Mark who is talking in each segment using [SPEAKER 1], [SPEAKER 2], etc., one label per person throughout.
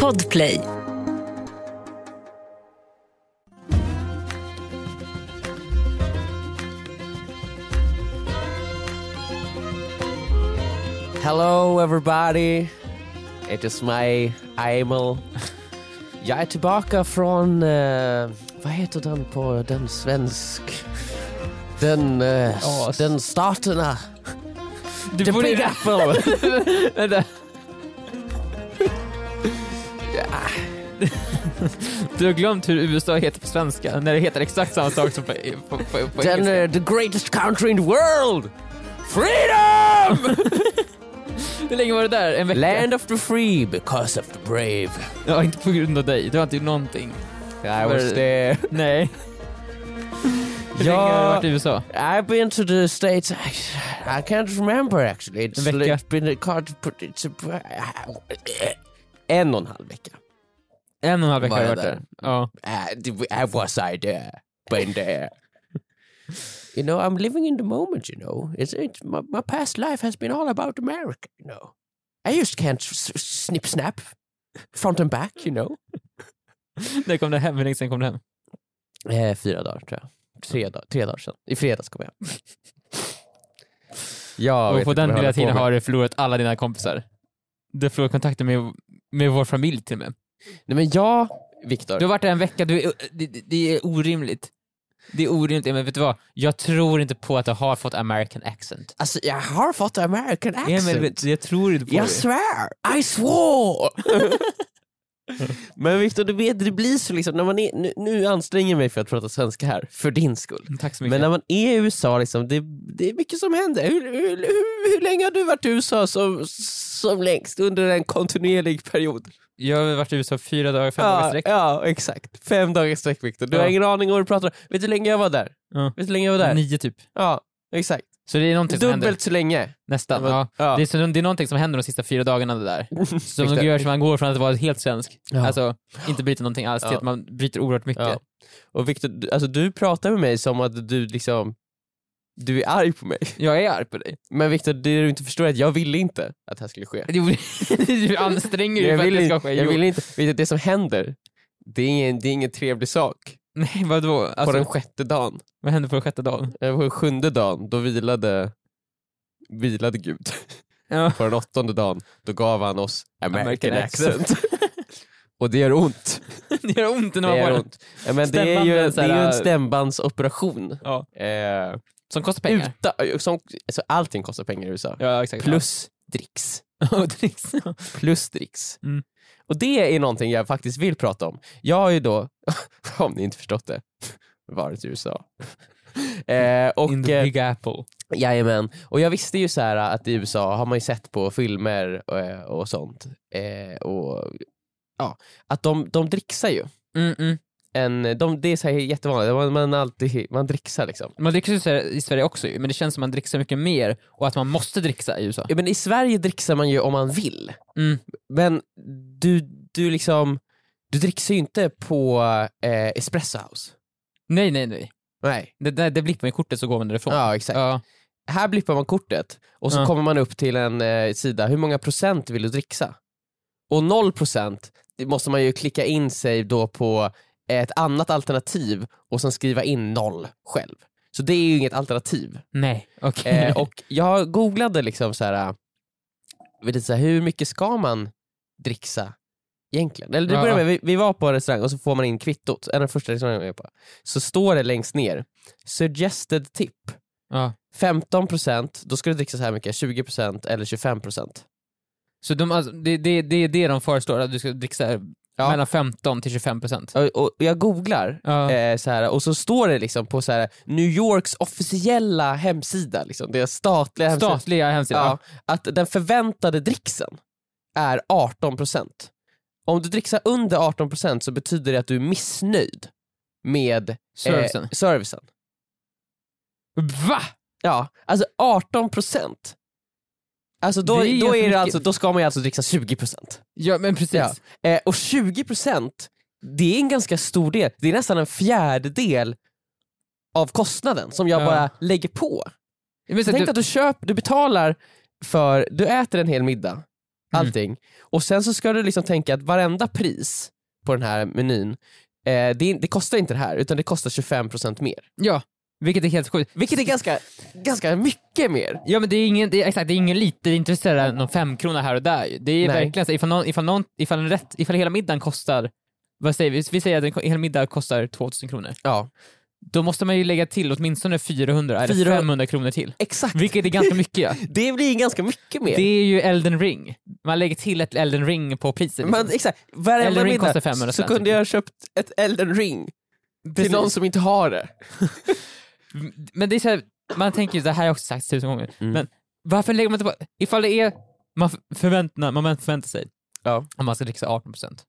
[SPEAKER 1] Podplay.
[SPEAKER 2] Hello everybody! It is my Emil. Jag är tillbaka från, eh, vad heter den på den svensk... Den, eh, s-
[SPEAKER 3] As.
[SPEAKER 2] den staterna.
[SPEAKER 3] Du
[SPEAKER 2] The
[SPEAKER 3] borde-
[SPEAKER 2] Big Apple!
[SPEAKER 3] Vänta. Du har glömt hur USA heter på svenska, när det heter exakt samma sak som på, på, på, på
[SPEAKER 2] den,
[SPEAKER 3] engelska.
[SPEAKER 2] eh, the greatest country in the world! Freedom!
[SPEAKER 3] Hur länge var det där? En vecka?
[SPEAKER 2] Land of the free because of the brave.
[SPEAKER 3] Ja, inte på grund av dig. Du har inte gjort någonting.
[SPEAKER 2] I
[SPEAKER 3] was
[SPEAKER 2] there.
[SPEAKER 3] Nej. Hur länge har du varit i USA?
[SPEAKER 2] I've been to the States. I, I can't remember actually. It's,
[SPEAKER 3] En vecka.
[SPEAKER 2] it's been a card, but it's a, en och en halv vecka.
[SPEAKER 3] En och en halv vecka
[SPEAKER 2] Var
[SPEAKER 3] har jag
[SPEAKER 2] jag
[SPEAKER 3] varit
[SPEAKER 2] där?
[SPEAKER 3] där. Ja.
[SPEAKER 2] Uh, I was I there? Been there. you know, I'm living in the moment, you know. It's, it's, my, my past life has been all about America, you know. I just can't s- s- snip snap front and back, you know.
[SPEAKER 3] När kom du hem? Hur länge sen kom du hem?
[SPEAKER 2] Eh, fyra dagar tror jag. Tre, dag, tre dagar sedan. I fredags kom jag. Jag
[SPEAKER 3] och
[SPEAKER 2] vet
[SPEAKER 3] på
[SPEAKER 2] inte vad jag
[SPEAKER 3] den lilla
[SPEAKER 2] håller på
[SPEAKER 3] tiden
[SPEAKER 2] med.
[SPEAKER 3] har du förlorat alla dina kompisar. Du har förlorat kontakten med, med vår familj till och med.
[SPEAKER 2] Nej men jag, Viktor.
[SPEAKER 3] Du har varit där en vecka, du är, eh, det, det- det är orimligt. Det är orimligt, men vet du vad? Jag tror inte på att du har fått American accent.
[SPEAKER 2] Alltså jag har fått American accent.
[SPEAKER 3] Emil, vet du, jag tror inte på
[SPEAKER 2] jag
[SPEAKER 3] det.
[SPEAKER 2] svär! I swore! men Viktor, du vet, det blir så liksom, när man är, nu, nu anstränger jag mig för att prata svenska här, för din skull.
[SPEAKER 3] Mm, Tack så mycket.
[SPEAKER 2] Men när man är i USA, liksom, det, det är mycket som händer. Hur, hur, hur, hur länge har du varit i USA som, som längst under en kontinuerlig period?
[SPEAKER 3] Jag har varit i USA fyra dagar, fem dagar i
[SPEAKER 2] Ja,
[SPEAKER 3] sträck.
[SPEAKER 2] ja, exakt. Fem dagar i sträck Viktor. Du
[SPEAKER 3] Ja.
[SPEAKER 2] har ingen aning om vad du pratar om. Vet du hur länge jag var där?
[SPEAKER 3] Ja.
[SPEAKER 2] Vet du hur länge jag var där?
[SPEAKER 3] Nio typ.
[SPEAKER 2] Ja, exakt.
[SPEAKER 3] Så det är någonting som händer.
[SPEAKER 2] Dubbelt så länge.
[SPEAKER 3] Nästan.
[SPEAKER 2] Men-
[SPEAKER 3] Ja.
[SPEAKER 2] ja.
[SPEAKER 3] Det, är, så- det är någonting som händer de sista fyra dagarna det där. Som
[SPEAKER 2] Exakt.
[SPEAKER 3] gör att man går från att vara helt svensk,
[SPEAKER 2] Ja.
[SPEAKER 3] alltså inte bryta någonting alls, till
[SPEAKER 2] Ja.
[SPEAKER 3] att man bryter oerhört mycket.
[SPEAKER 2] Ja. Och Viktor, du- alltså, du pratar med mig som att du liksom du är arg på mig.
[SPEAKER 3] Jag är arg på dig.
[SPEAKER 2] Men Viktor, det du inte förstår är att jag ville inte att det här skulle ske.
[SPEAKER 3] Jo, du anstränger dig
[SPEAKER 2] jag
[SPEAKER 3] för att
[SPEAKER 2] ville,
[SPEAKER 3] det ska ske.
[SPEAKER 2] jag
[SPEAKER 3] Jo.
[SPEAKER 2] ville inte. Vet du, det som händer, det är ingen, det är ingen trevlig sak.
[SPEAKER 3] Nej, vadå?
[SPEAKER 2] På den
[SPEAKER 3] Alltså,
[SPEAKER 2] sjätte dagen,
[SPEAKER 3] vad hände på den sjätte dagen?
[SPEAKER 2] eh, på den sjunde dagen, då vilade, vilade Gud.
[SPEAKER 3] Ja.
[SPEAKER 2] På den åttonde dagen, då gav han oss American,
[SPEAKER 3] American
[SPEAKER 2] accent. Och det gör ont.
[SPEAKER 3] Det gör ont när
[SPEAKER 2] Det
[SPEAKER 3] man
[SPEAKER 2] gör
[SPEAKER 3] bara...
[SPEAKER 2] ont. Ja, men det, är ju, det
[SPEAKER 3] Stämbanden, så här-
[SPEAKER 2] är ju en stämbandsoperation.
[SPEAKER 3] Ja.
[SPEAKER 2] Eh,
[SPEAKER 3] Som kostar pengar.
[SPEAKER 2] Uta, som, alltså allting kostar pengar i USA.
[SPEAKER 3] Ja, exakt.
[SPEAKER 2] Plus dricks.
[SPEAKER 3] Och dricks.
[SPEAKER 2] Plus dricks.
[SPEAKER 3] Mm.
[SPEAKER 2] Och det är någonting jag faktiskt vill prata om. Jag har ju då, om ni inte förstått det, varit i USA. eh,
[SPEAKER 3] In
[SPEAKER 2] och,
[SPEAKER 3] the
[SPEAKER 2] eh,
[SPEAKER 3] big apple.
[SPEAKER 2] jajamän. och jag visste ju så här att i USA har man ju sett på filmer eh, och sånt. Eh, och, ja, att de, de dricksar ju.
[SPEAKER 3] Mm, mm.
[SPEAKER 2] En, de, det är så här jättevanligt, man, man, alltid, man dricksar liksom.
[SPEAKER 3] Man dricker ju så här i Sverige också ju, men det känns som att man dricker så mycket mer och att man måste dricka i USA.
[SPEAKER 2] Ja, men I Sverige dricksar man ju om man vill.
[SPEAKER 3] Mm.
[SPEAKER 2] Men du, du liksom, du dricksar ju inte på eh, Espresso House.
[SPEAKER 3] Nej, nej, nej.
[SPEAKER 2] Nej.
[SPEAKER 3] Det, det, det blippar i kortet så går man därifrån.
[SPEAKER 2] Ja, exakt.
[SPEAKER 3] Ja.
[SPEAKER 2] Här blippar man kortet och så
[SPEAKER 3] Ja.
[SPEAKER 2] kommer man upp till en eh, sida, hur många procent vill du dricksa? Och noll procent det måste man ju klicka in sig då på ett annat alternativ och sen skriva in noll själv. Så det är ju inget alternativ.
[SPEAKER 3] Nej, okej.
[SPEAKER 2] Eh, och jag googlade liksom så här, eh, vet du, så här, hur mycket ska man dricksa egentligen? Eller det
[SPEAKER 3] Ja.
[SPEAKER 2] börjar med, vi, vi var på en restaurang och så får man in kvittot, en av de första restaurangerna vi var på. Så står det längst ner, suggested tip,
[SPEAKER 3] ja.
[SPEAKER 2] 15% då ska du dricksa så här mycket, 20% eller 25%.
[SPEAKER 3] Så de, alltså, det, det, det är det de föreslår, att du ska dricksa
[SPEAKER 2] Ja.
[SPEAKER 3] mellan 15 till 25 procent.
[SPEAKER 2] Och, och jag googlar
[SPEAKER 3] Ja.
[SPEAKER 2] eh, så här, och så står det liksom på så här, New Yorks officiella hemsida, liksom, deras statliga hemsida,
[SPEAKER 3] Statliga hemsidor.
[SPEAKER 2] ja, att den förväntade dricksen är 18%. Om du dricksar under 18% så betyder det att du är missnöjd med
[SPEAKER 3] Servicen.
[SPEAKER 2] Eh, servicen.
[SPEAKER 3] Eh. Va?
[SPEAKER 2] Ja, alltså 18%. Alltså då,
[SPEAKER 3] Det är
[SPEAKER 2] då,
[SPEAKER 3] för
[SPEAKER 2] är
[SPEAKER 3] mycket.
[SPEAKER 2] det alltså, då ska man ju alltså dricksa 20%.
[SPEAKER 3] Ja, men precis.
[SPEAKER 2] Ja. Eh, och 20% det är en ganska stor del, det är nästan en fjärdedel av kostnaden som jag
[SPEAKER 3] Ja.
[SPEAKER 2] bara lägger på.
[SPEAKER 3] Men så
[SPEAKER 2] Tänk
[SPEAKER 3] att Mm.
[SPEAKER 2] att du, köp, du betalar för, du äter en hel middag allting. Och sen så ska du liksom tänka att varenda pris på den här menyn, eh, det, är- det kostar inte det här utan det kostar 25% mer.
[SPEAKER 3] Ja, vilket är helt sjukt.
[SPEAKER 2] Vilket är ganska, ganska mycket mer.
[SPEAKER 3] Ja men det är ingen, det är, exakt, det är ingen lite intresserad av någon femkrona här och där ju. Det är
[SPEAKER 2] Nej.
[SPEAKER 3] verkligen så, ifall, någon, ifall, någon, ifall, en rätt, ifall hela middagen kostar, vad säger vi, vi säger att en ko- hel middag kostar 2000 kronor.
[SPEAKER 2] Ja.
[SPEAKER 3] Då måste man ju lägga till åtminstone 400 eller
[SPEAKER 2] 400.
[SPEAKER 3] 500 kronor till.
[SPEAKER 2] Exakt,
[SPEAKER 3] Vilket är ganska mycket ja.
[SPEAKER 2] det blir ganska mycket mer.
[SPEAKER 3] Det är ju elden ring. Man lägger till ett elden ring på priset.
[SPEAKER 2] Men
[SPEAKER 3] liksom.
[SPEAKER 2] exakt, varenda
[SPEAKER 3] Elden Ring
[SPEAKER 2] middag
[SPEAKER 3] kostar 500
[SPEAKER 2] så
[SPEAKER 3] spänn,
[SPEAKER 2] kunde
[SPEAKER 3] typ.
[SPEAKER 2] jag ha köpt ett Elden ring
[SPEAKER 3] Precis.
[SPEAKER 2] till någon som inte har det.
[SPEAKER 3] Men det är så här, man tänker ju, det här har jag också sagt tusen gånger,
[SPEAKER 2] Mm.
[SPEAKER 3] men varför lägger man inte på, ifall det är, man f- förväntar, man förväntar sig
[SPEAKER 2] Ja.
[SPEAKER 3] att man ska dricksa 18%.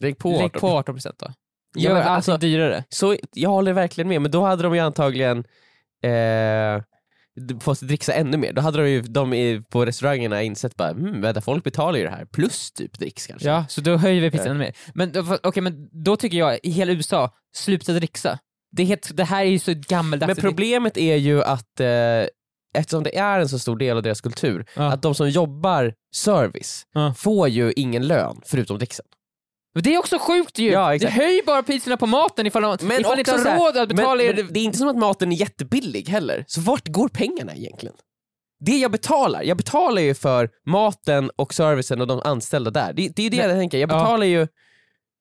[SPEAKER 2] Lägg på,
[SPEAKER 3] Mm. Lägg
[SPEAKER 2] 18.
[SPEAKER 3] på 18% då.
[SPEAKER 2] Ja,
[SPEAKER 3] Gör
[SPEAKER 2] men
[SPEAKER 3] allting
[SPEAKER 2] alltså-
[SPEAKER 3] dyrare.
[SPEAKER 2] Så, jag håller verkligen med, men då hade de ju antagligen eh, fått dricksa ännu mer. Då hade de ju de i- på restaurangerna insett bara, mm, vänta, folk betalar ju det här, plus typ dricks kanske.
[SPEAKER 3] Ja, så då höjer vi priset
[SPEAKER 2] Ja.
[SPEAKER 3] ännu mer. Men, då- fa- okej, men då tycker jag, i hela USA, sluta dricksa. Det, är helt, det här är ju så gammeldags.
[SPEAKER 2] men problemet är ju att eh, eftersom det är en så stor del av deras kultur,
[SPEAKER 3] Ja.
[SPEAKER 2] att de som jobbar service
[SPEAKER 3] Ja.
[SPEAKER 2] får ju ingen lön förutom dricksen.
[SPEAKER 3] Men det är också sjukt ju!
[SPEAKER 2] Ja,
[SPEAKER 3] det
[SPEAKER 2] exakt.
[SPEAKER 3] höjer bara priserna på maten ifall, de,
[SPEAKER 2] Men
[SPEAKER 3] ifall ni inte
[SPEAKER 2] också så
[SPEAKER 3] har
[SPEAKER 2] här,
[SPEAKER 3] råd att betala
[SPEAKER 2] men,
[SPEAKER 3] er...
[SPEAKER 2] men det är inte som att maten är jättebillig heller, så vart går pengarna egentligen? Det jag betalar, jag betalar ju för maten och servicen och de anställda där. Det, det är ju det
[SPEAKER 3] Men-
[SPEAKER 2] jag tänker, jag
[SPEAKER 3] ja.
[SPEAKER 2] betalar ju,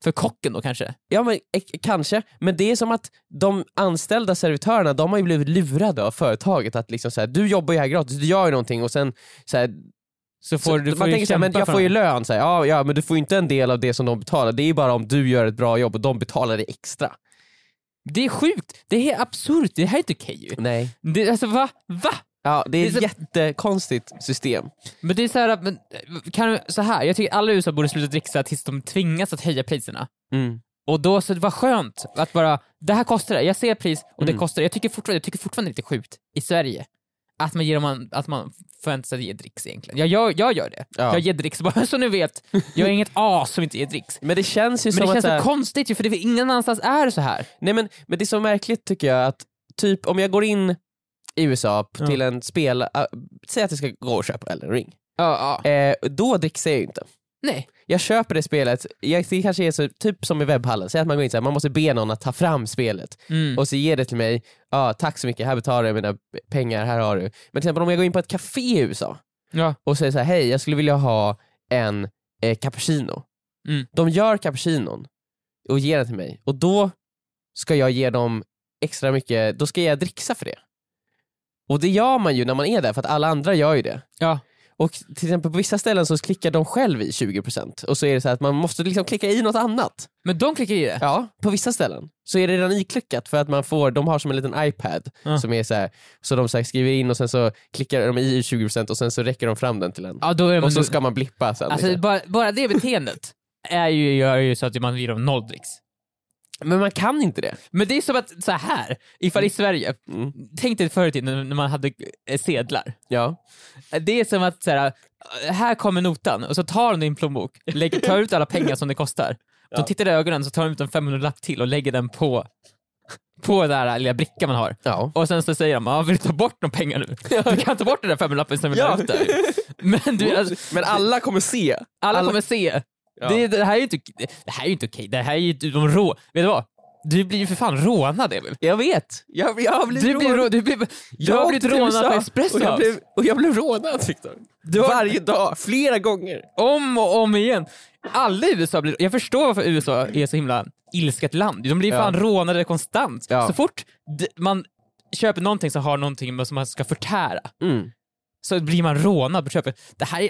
[SPEAKER 3] för kocken då kanske?
[SPEAKER 2] ja men eh, kanske, men det är som att de anställda servitörerna, de har ju blivit lurade av företaget att liksom så här, du jobbar ju här gratis, du gör ju någonting och sen så här,
[SPEAKER 3] Så får,
[SPEAKER 2] så,
[SPEAKER 3] du får
[SPEAKER 2] man
[SPEAKER 3] ju
[SPEAKER 2] tänker så här, men
[SPEAKER 3] kämpa
[SPEAKER 2] jag
[SPEAKER 3] för
[SPEAKER 2] får ju
[SPEAKER 3] dem.
[SPEAKER 2] lön, så här, ja, ja men du får ju inte en del av det som de betalar, det är ju bara om du gör ett bra jobb och de betalar dig extra.
[SPEAKER 3] Det är sjukt, det är helt absurt, det här är inte okej ju.
[SPEAKER 2] Nej.
[SPEAKER 3] Det, alltså va? Va?
[SPEAKER 2] Ja, det är
[SPEAKER 3] Det är
[SPEAKER 2] ett
[SPEAKER 3] så-
[SPEAKER 2] jättekonstigt system.
[SPEAKER 3] Men det är så här, att- men, kan, så här, jag tycker alla i USA borde sluta dricksa tills de tvingas att höja priserna.
[SPEAKER 2] Mm.
[SPEAKER 3] Och då så det var skönt att bara, det här kostar det, jag ser pris och det
[SPEAKER 2] Mm.
[SPEAKER 3] kostar det. Jag tycker fortfarande, jag tycker fortfarande det är lite sjukt i Sverige. Att man, ger, man, att man förväntar sig att ge dricks egentligen. Jag gör, jag gör det.
[SPEAKER 2] Ja.
[SPEAKER 3] Jag ger dricks bara så ni vet. Jag är inget as som inte ger dricks.
[SPEAKER 2] Men det känns ju
[SPEAKER 3] Men
[SPEAKER 2] som
[SPEAKER 3] det
[SPEAKER 2] att...
[SPEAKER 3] känns
[SPEAKER 2] så
[SPEAKER 3] så
[SPEAKER 2] här-
[SPEAKER 3] konstigt ju för det, ingen annanstans är det så här.
[SPEAKER 2] nej men, men det är så märkligt tycker jag att typ om jag går in i USA p-
[SPEAKER 3] Ja.
[SPEAKER 2] till en spel... äh, säg att jag ska gå och köpa Elden ring.
[SPEAKER 3] Ja, ja.
[SPEAKER 2] Eh, då dricksar jag ju inte.
[SPEAKER 3] Nej.
[SPEAKER 2] Jag köper det spelet, jag, det kanske är så, typ som i webbhallen, säg att man går in så här, man måste be någon att ta fram spelet
[SPEAKER 3] Mm.
[SPEAKER 2] och så ger det till mig, ja tack så mycket, här betalar jag mina p- pengar, här har du. Men till exempel om jag går in på ett café i USA
[SPEAKER 3] Ja.
[SPEAKER 2] och säger så här, hej jag skulle vilja ha en eh, cappuccino.
[SPEAKER 3] Mm.
[SPEAKER 2] De gör cappucinon och ger den till mig och då ska jag ge dem extra mycket, då ska jag dricksa för det. Och det gör man ju när man är där för att alla andra gör ju det.
[SPEAKER 3] Ja.
[SPEAKER 2] Och till exempel på vissa ställen så klickar de själv i 20% och så är det så här att man måste liksom klicka i något annat.
[SPEAKER 3] Men de klickar i det.
[SPEAKER 2] Ja, på vissa ställen så är det redan iklickat för att man får, de har som en liten iPad
[SPEAKER 3] Ja.
[SPEAKER 2] som är så här, så de så här skriver in och sen så klickar de i 20% och sen så räcker de fram den till en.
[SPEAKER 3] Ja, då är det, men
[SPEAKER 2] Och så
[SPEAKER 3] då-
[SPEAKER 2] ska man blippa sen.
[SPEAKER 3] alltså,
[SPEAKER 2] liksom.
[SPEAKER 3] bara, bara det beteendet är ju, gör ju så att man ger dem noll dricks.
[SPEAKER 2] Men man kan inte det.
[SPEAKER 3] Men det är som att, så här, ifall i Sverige,
[SPEAKER 2] Mm.
[SPEAKER 3] tänk dig förr i tiden när man hade eh, sedlar.
[SPEAKER 2] Ja.
[SPEAKER 3] Det är som att så här, eh, här kommer notan och så tar de din plånbok, lägger, tar ut alla pengar som det kostar. De tittar i ögonen så tar de ut en 500-lapp till och lägger den på, på den där lilla brickan man har.
[SPEAKER 2] Ja.
[SPEAKER 3] Och sen så säger de, ah, vill du ta bort de pengar nu? Du kan ta bort den där 500-lappen som är
[SPEAKER 2] Ja.
[SPEAKER 3] där ute. Men du, alltså,
[SPEAKER 2] Men alla kommer se.
[SPEAKER 3] alla,
[SPEAKER 2] Alla-
[SPEAKER 3] kommer se.
[SPEAKER 2] Ja.
[SPEAKER 3] Det, det här är ju inte, det här är ju inte okej, det här är ju de rå... Vet du vad? Du blir ju för fan rånad Emil.
[SPEAKER 2] Jag vet. Jag, jag har blivit
[SPEAKER 3] Du, blir
[SPEAKER 2] rånad.
[SPEAKER 3] rå, du, blir, du har blivit rånad på Espresso
[SPEAKER 2] och jag,
[SPEAKER 3] House.
[SPEAKER 2] blev, och jag blev rånad Viktor. Varje dag, flera gånger.
[SPEAKER 3] Om och om igen. Alla i USA blir... Jag förstår varför USA är så himla ilsket land. De blir
[SPEAKER 2] Ja.
[SPEAKER 3] fan rånade konstant.
[SPEAKER 2] Ja.
[SPEAKER 3] Så fort d- man köper någonting som har någonting som man ska förtära så blir man rånad på köpet. Det här är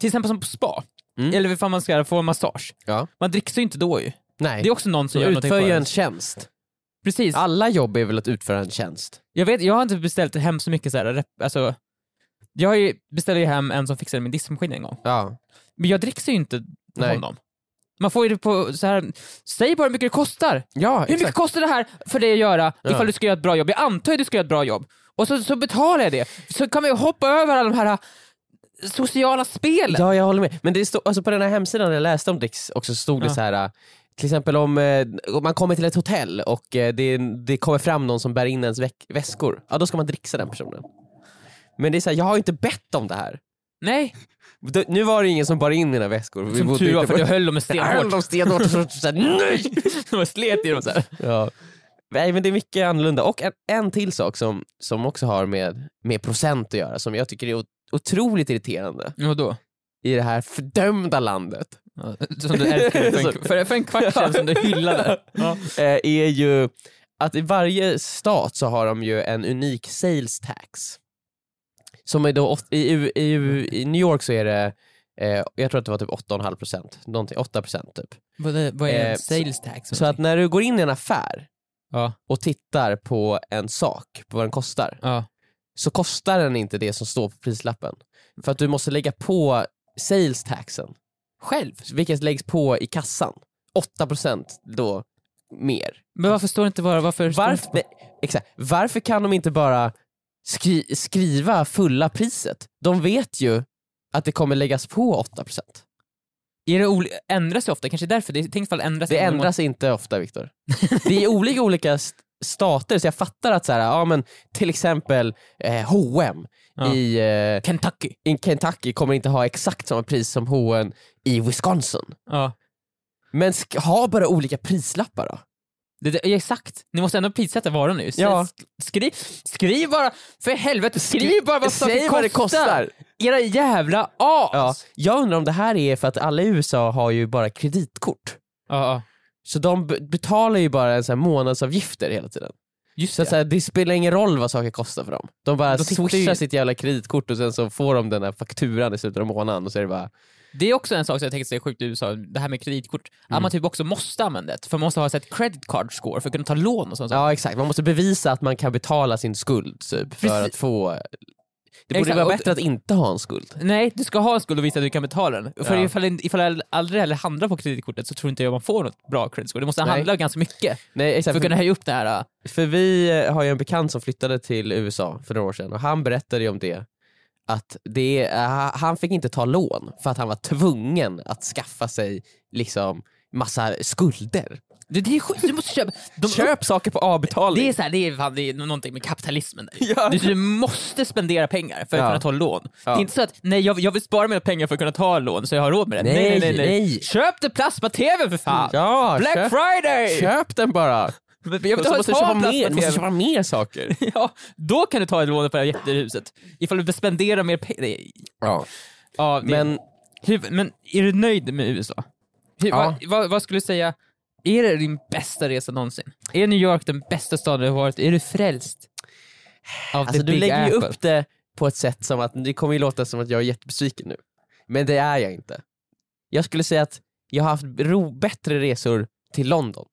[SPEAKER 3] till exempel som på spa.
[SPEAKER 2] Mm.
[SPEAKER 3] Eller ifall man ska få en massage.
[SPEAKER 2] Ja.
[SPEAKER 3] Man dricksar ju inte då ju.
[SPEAKER 2] Nej,
[SPEAKER 3] Det är också någon som
[SPEAKER 2] de
[SPEAKER 3] gör någonting
[SPEAKER 2] utför
[SPEAKER 3] för
[SPEAKER 2] ju
[SPEAKER 3] en.
[SPEAKER 2] en tjänst.
[SPEAKER 3] Precis.
[SPEAKER 2] Alla jobb är väl att utföra en tjänst?
[SPEAKER 3] Jag, vet, jag har inte beställt hem så mycket så här, rep- alltså, jag har ju beställde ju hem en som fixade min diskmaskin en gång.
[SPEAKER 2] Ja.
[SPEAKER 3] Men jag dricksar ju inte
[SPEAKER 2] Nej.
[SPEAKER 3] honom. Man får ju det på så här. säg bara hur mycket det kostar.
[SPEAKER 2] Ja,
[SPEAKER 3] Hur mycket kostar det här för dig att göra
[SPEAKER 2] Ja.
[SPEAKER 3] ifall du ska göra ett bra jobb? Jag antar att du ska göra ett bra jobb. Och så, så betalar jag det. Så kan vi hoppa över alla de här äh, sociala spelen.
[SPEAKER 2] Ja, jag håller med. Men det stod, alltså på den här hemsidan jag läste om Dix också så stod det
[SPEAKER 3] Ja.
[SPEAKER 2] så här. äh, Till exempel om, eh, om man kommer till ett hotell och eh, det, det kommer fram någon som bär in ens väck, väskor, ja då ska man dricksa den personen. Men det är så här, jag har ju inte bett om det här.
[SPEAKER 3] Nej,
[SPEAKER 2] D- Nu var det ingen som bar in mina väskor. Vi
[SPEAKER 3] som
[SPEAKER 2] bodde
[SPEAKER 3] tur var
[SPEAKER 2] inte
[SPEAKER 3] för
[SPEAKER 2] på-
[SPEAKER 3] jag höll dem
[SPEAKER 2] Höll
[SPEAKER 3] stenhårt.
[SPEAKER 2] de stenhårt och så, så här, nej!
[SPEAKER 3] Jag slet i dem så här.
[SPEAKER 2] Ja. Nej men det är mycket annorlunda. Och en, en till sak som, som också har med, med procent att göra som jag tycker är o- otroligt irriterande
[SPEAKER 3] Ja, Vadå?
[SPEAKER 2] i det här fördömda landet
[SPEAKER 3] Ja, Som du älskade för en, för, för en kvart sedan som du hyllade. Ja.
[SPEAKER 2] eh, är ju att i varje stat så har de ju en unik sales tax. Som är då, oft- i, U- i, U- I New York så är det, eh, jag tror att det var typ 8,5 procent, någonting, 8 procent typ.
[SPEAKER 3] Vad är, vad
[SPEAKER 2] Eh,
[SPEAKER 3] är sales tax?
[SPEAKER 2] Så att när du går in i en affär
[SPEAKER 3] ja,
[SPEAKER 2] och tittar på en sak, på vad den kostar,
[SPEAKER 3] ja.
[SPEAKER 2] så kostar den inte det som står på prislappen. För att du måste lägga på sales taxen själv, vilket läggs på i kassan. 8% då mer.
[SPEAKER 3] Men varför står det inte bara... Varför, står
[SPEAKER 2] Varför, nej, exakt, varför kan de inte bara skri, skriva fulla priset? De vet ju att det kommer läggas på 8%.
[SPEAKER 3] Är det oli- ändras det ofta? Kanske därför? Det är- Tänk ifall det ändras.
[SPEAKER 2] Det
[SPEAKER 3] inom en
[SPEAKER 2] ändras inte ofta Viktor. Det är olika olika st- stater så jag fattar att så här, ja, men, till exempel eh, H&M
[SPEAKER 3] Ja.
[SPEAKER 2] i eh,
[SPEAKER 3] månad. Kentucky.
[SPEAKER 2] in Kentucky kommer inte ha exakt samma pris som H&M i Wisconsin.
[SPEAKER 3] Ja.
[SPEAKER 2] Men sk- ha bara olika prislappar då.
[SPEAKER 3] Det, det, ja, exakt, ni måste ändå prissätta varan nu. S-
[SPEAKER 2] Ja.
[SPEAKER 3] sk- Skriv, skriv bara, för helvete, skriv bara vad saker
[SPEAKER 2] Säg vad det kostar!
[SPEAKER 3] Era jävla as!
[SPEAKER 2] Ja, jag undrar om det här är för att alla i USA har ju bara kreditkort.
[SPEAKER 3] Ja, ja.
[SPEAKER 2] Så de b- betalar ju bara en sån här månadsavgifter hela tiden.
[SPEAKER 3] just
[SPEAKER 2] Så,
[SPEAKER 3] det.
[SPEAKER 2] att så här, det spelar ingen roll vad saker kostar för dem. De bara
[SPEAKER 3] De tittar
[SPEAKER 2] swishar
[SPEAKER 3] ju-
[SPEAKER 2] sitt jävla kreditkort och sen så får de den här fakturan i slutet av månaden och så är det bara...
[SPEAKER 3] Det är också en sak som jag tänker säga sjukt i USA, det här med kreditkort.
[SPEAKER 2] Mm.
[SPEAKER 3] Att man typ också måste använda det, för man måste ha så här ett credit card score för att kunna ta lån och sånt.
[SPEAKER 2] Ja exakt, man måste bevisa att man kan betala sin skuld typ, för
[SPEAKER 3] Precis.
[SPEAKER 2] att få... Det borde
[SPEAKER 3] Exakt,
[SPEAKER 2] vara
[SPEAKER 3] och-
[SPEAKER 2] bättre att inte ha en skuld.
[SPEAKER 3] Nej, du ska ha en skuld och visa att du kan betala den. För
[SPEAKER 2] Ja.
[SPEAKER 3] ifall, ifall jag aldrig heller handlar på kreditkortet så tror inte jag man får något bra credit score. Du måste
[SPEAKER 2] Nej.
[SPEAKER 3] handla ganska mycket
[SPEAKER 2] Nej, exakt,
[SPEAKER 3] för att
[SPEAKER 2] för-
[SPEAKER 3] kunna höja upp det här. äh,
[SPEAKER 2] För vi eh, har ju en bekant som flyttade till USA för några år sedan och han berättade ju om det att det, eh, ha- han fick inte ta lån för att han var tvungen att skaffa sig liksom massa skulder.
[SPEAKER 3] Det, det är sjukt, du måste köpa... de-
[SPEAKER 2] Köp saker på
[SPEAKER 3] Det
[SPEAKER 2] avbetalning.
[SPEAKER 3] är, så här, det är, fan, det är någonting med kapitalismen där.
[SPEAKER 2] Ja.
[SPEAKER 3] Du, du måste spendera pengar för att
[SPEAKER 2] Ja.
[SPEAKER 3] kunna ta lån.
[SPEAKER 2] Ja.
[SPEAKER 3] Det är inte så att nej, jag, jag vill spara mina pengar för att kunna ta lån så jag har råd med det.
[SPEAKER 2] Nej, nej.
[SPEAKER 3] Köp det plasma-tv för fan!
[SPEAKER 2] Ja,
[SPEAKER 3] Black
[SPEAKER 2] köp,
[SPEAKER 3] Friday!
[SPEAKER 2] köp den bara.
[SPEAKER 3] Jag vill inte
[SPEAKER 2] Så
[SPEAKER 3] ha
[SPEAKER 2] måste
[SPEAKER 3] ett
[SPEAKER 2] du köpa
[SPEAKER 3] tag
[SPEAKER 2] mer, måste
[SPEAKER 3] plasma-tv.
[SPEAKER 2] köpa mer saker.
[SPEAKER 3] Ja, då kan du ta ett lån för det här jättehuset. Ifall du spenderar mer pengar.
[SPEAKER 2] Ja.
[SPEAKER 3] Ja, det-
[SPEAKER 2] Men
[SPEAKER 3] hur, men är du nöjd med USA? Hur,
[SPEAKER 2] Ja.
[SPEAKER 3] vad, vad, vad skulle du säga, är det din bästa resa någonsin? Är New York den bästa staden du har varit i? Är du frälst? Av
[SPEAKER 2] alltså,
[SPEAKER 3] the
[SPEAKER 2] du
[SPEAKER 3] Big
[SPEAKER 2] lägger ju
[SPEAKER 3] Apple?
[SPEAKER 2] upp det på ett sätt som att, det kommer ju låta som att jag är jättebesviken nu. Men det är jag inte. Jag skulle säga att jag har haft ro, bättre resor till London.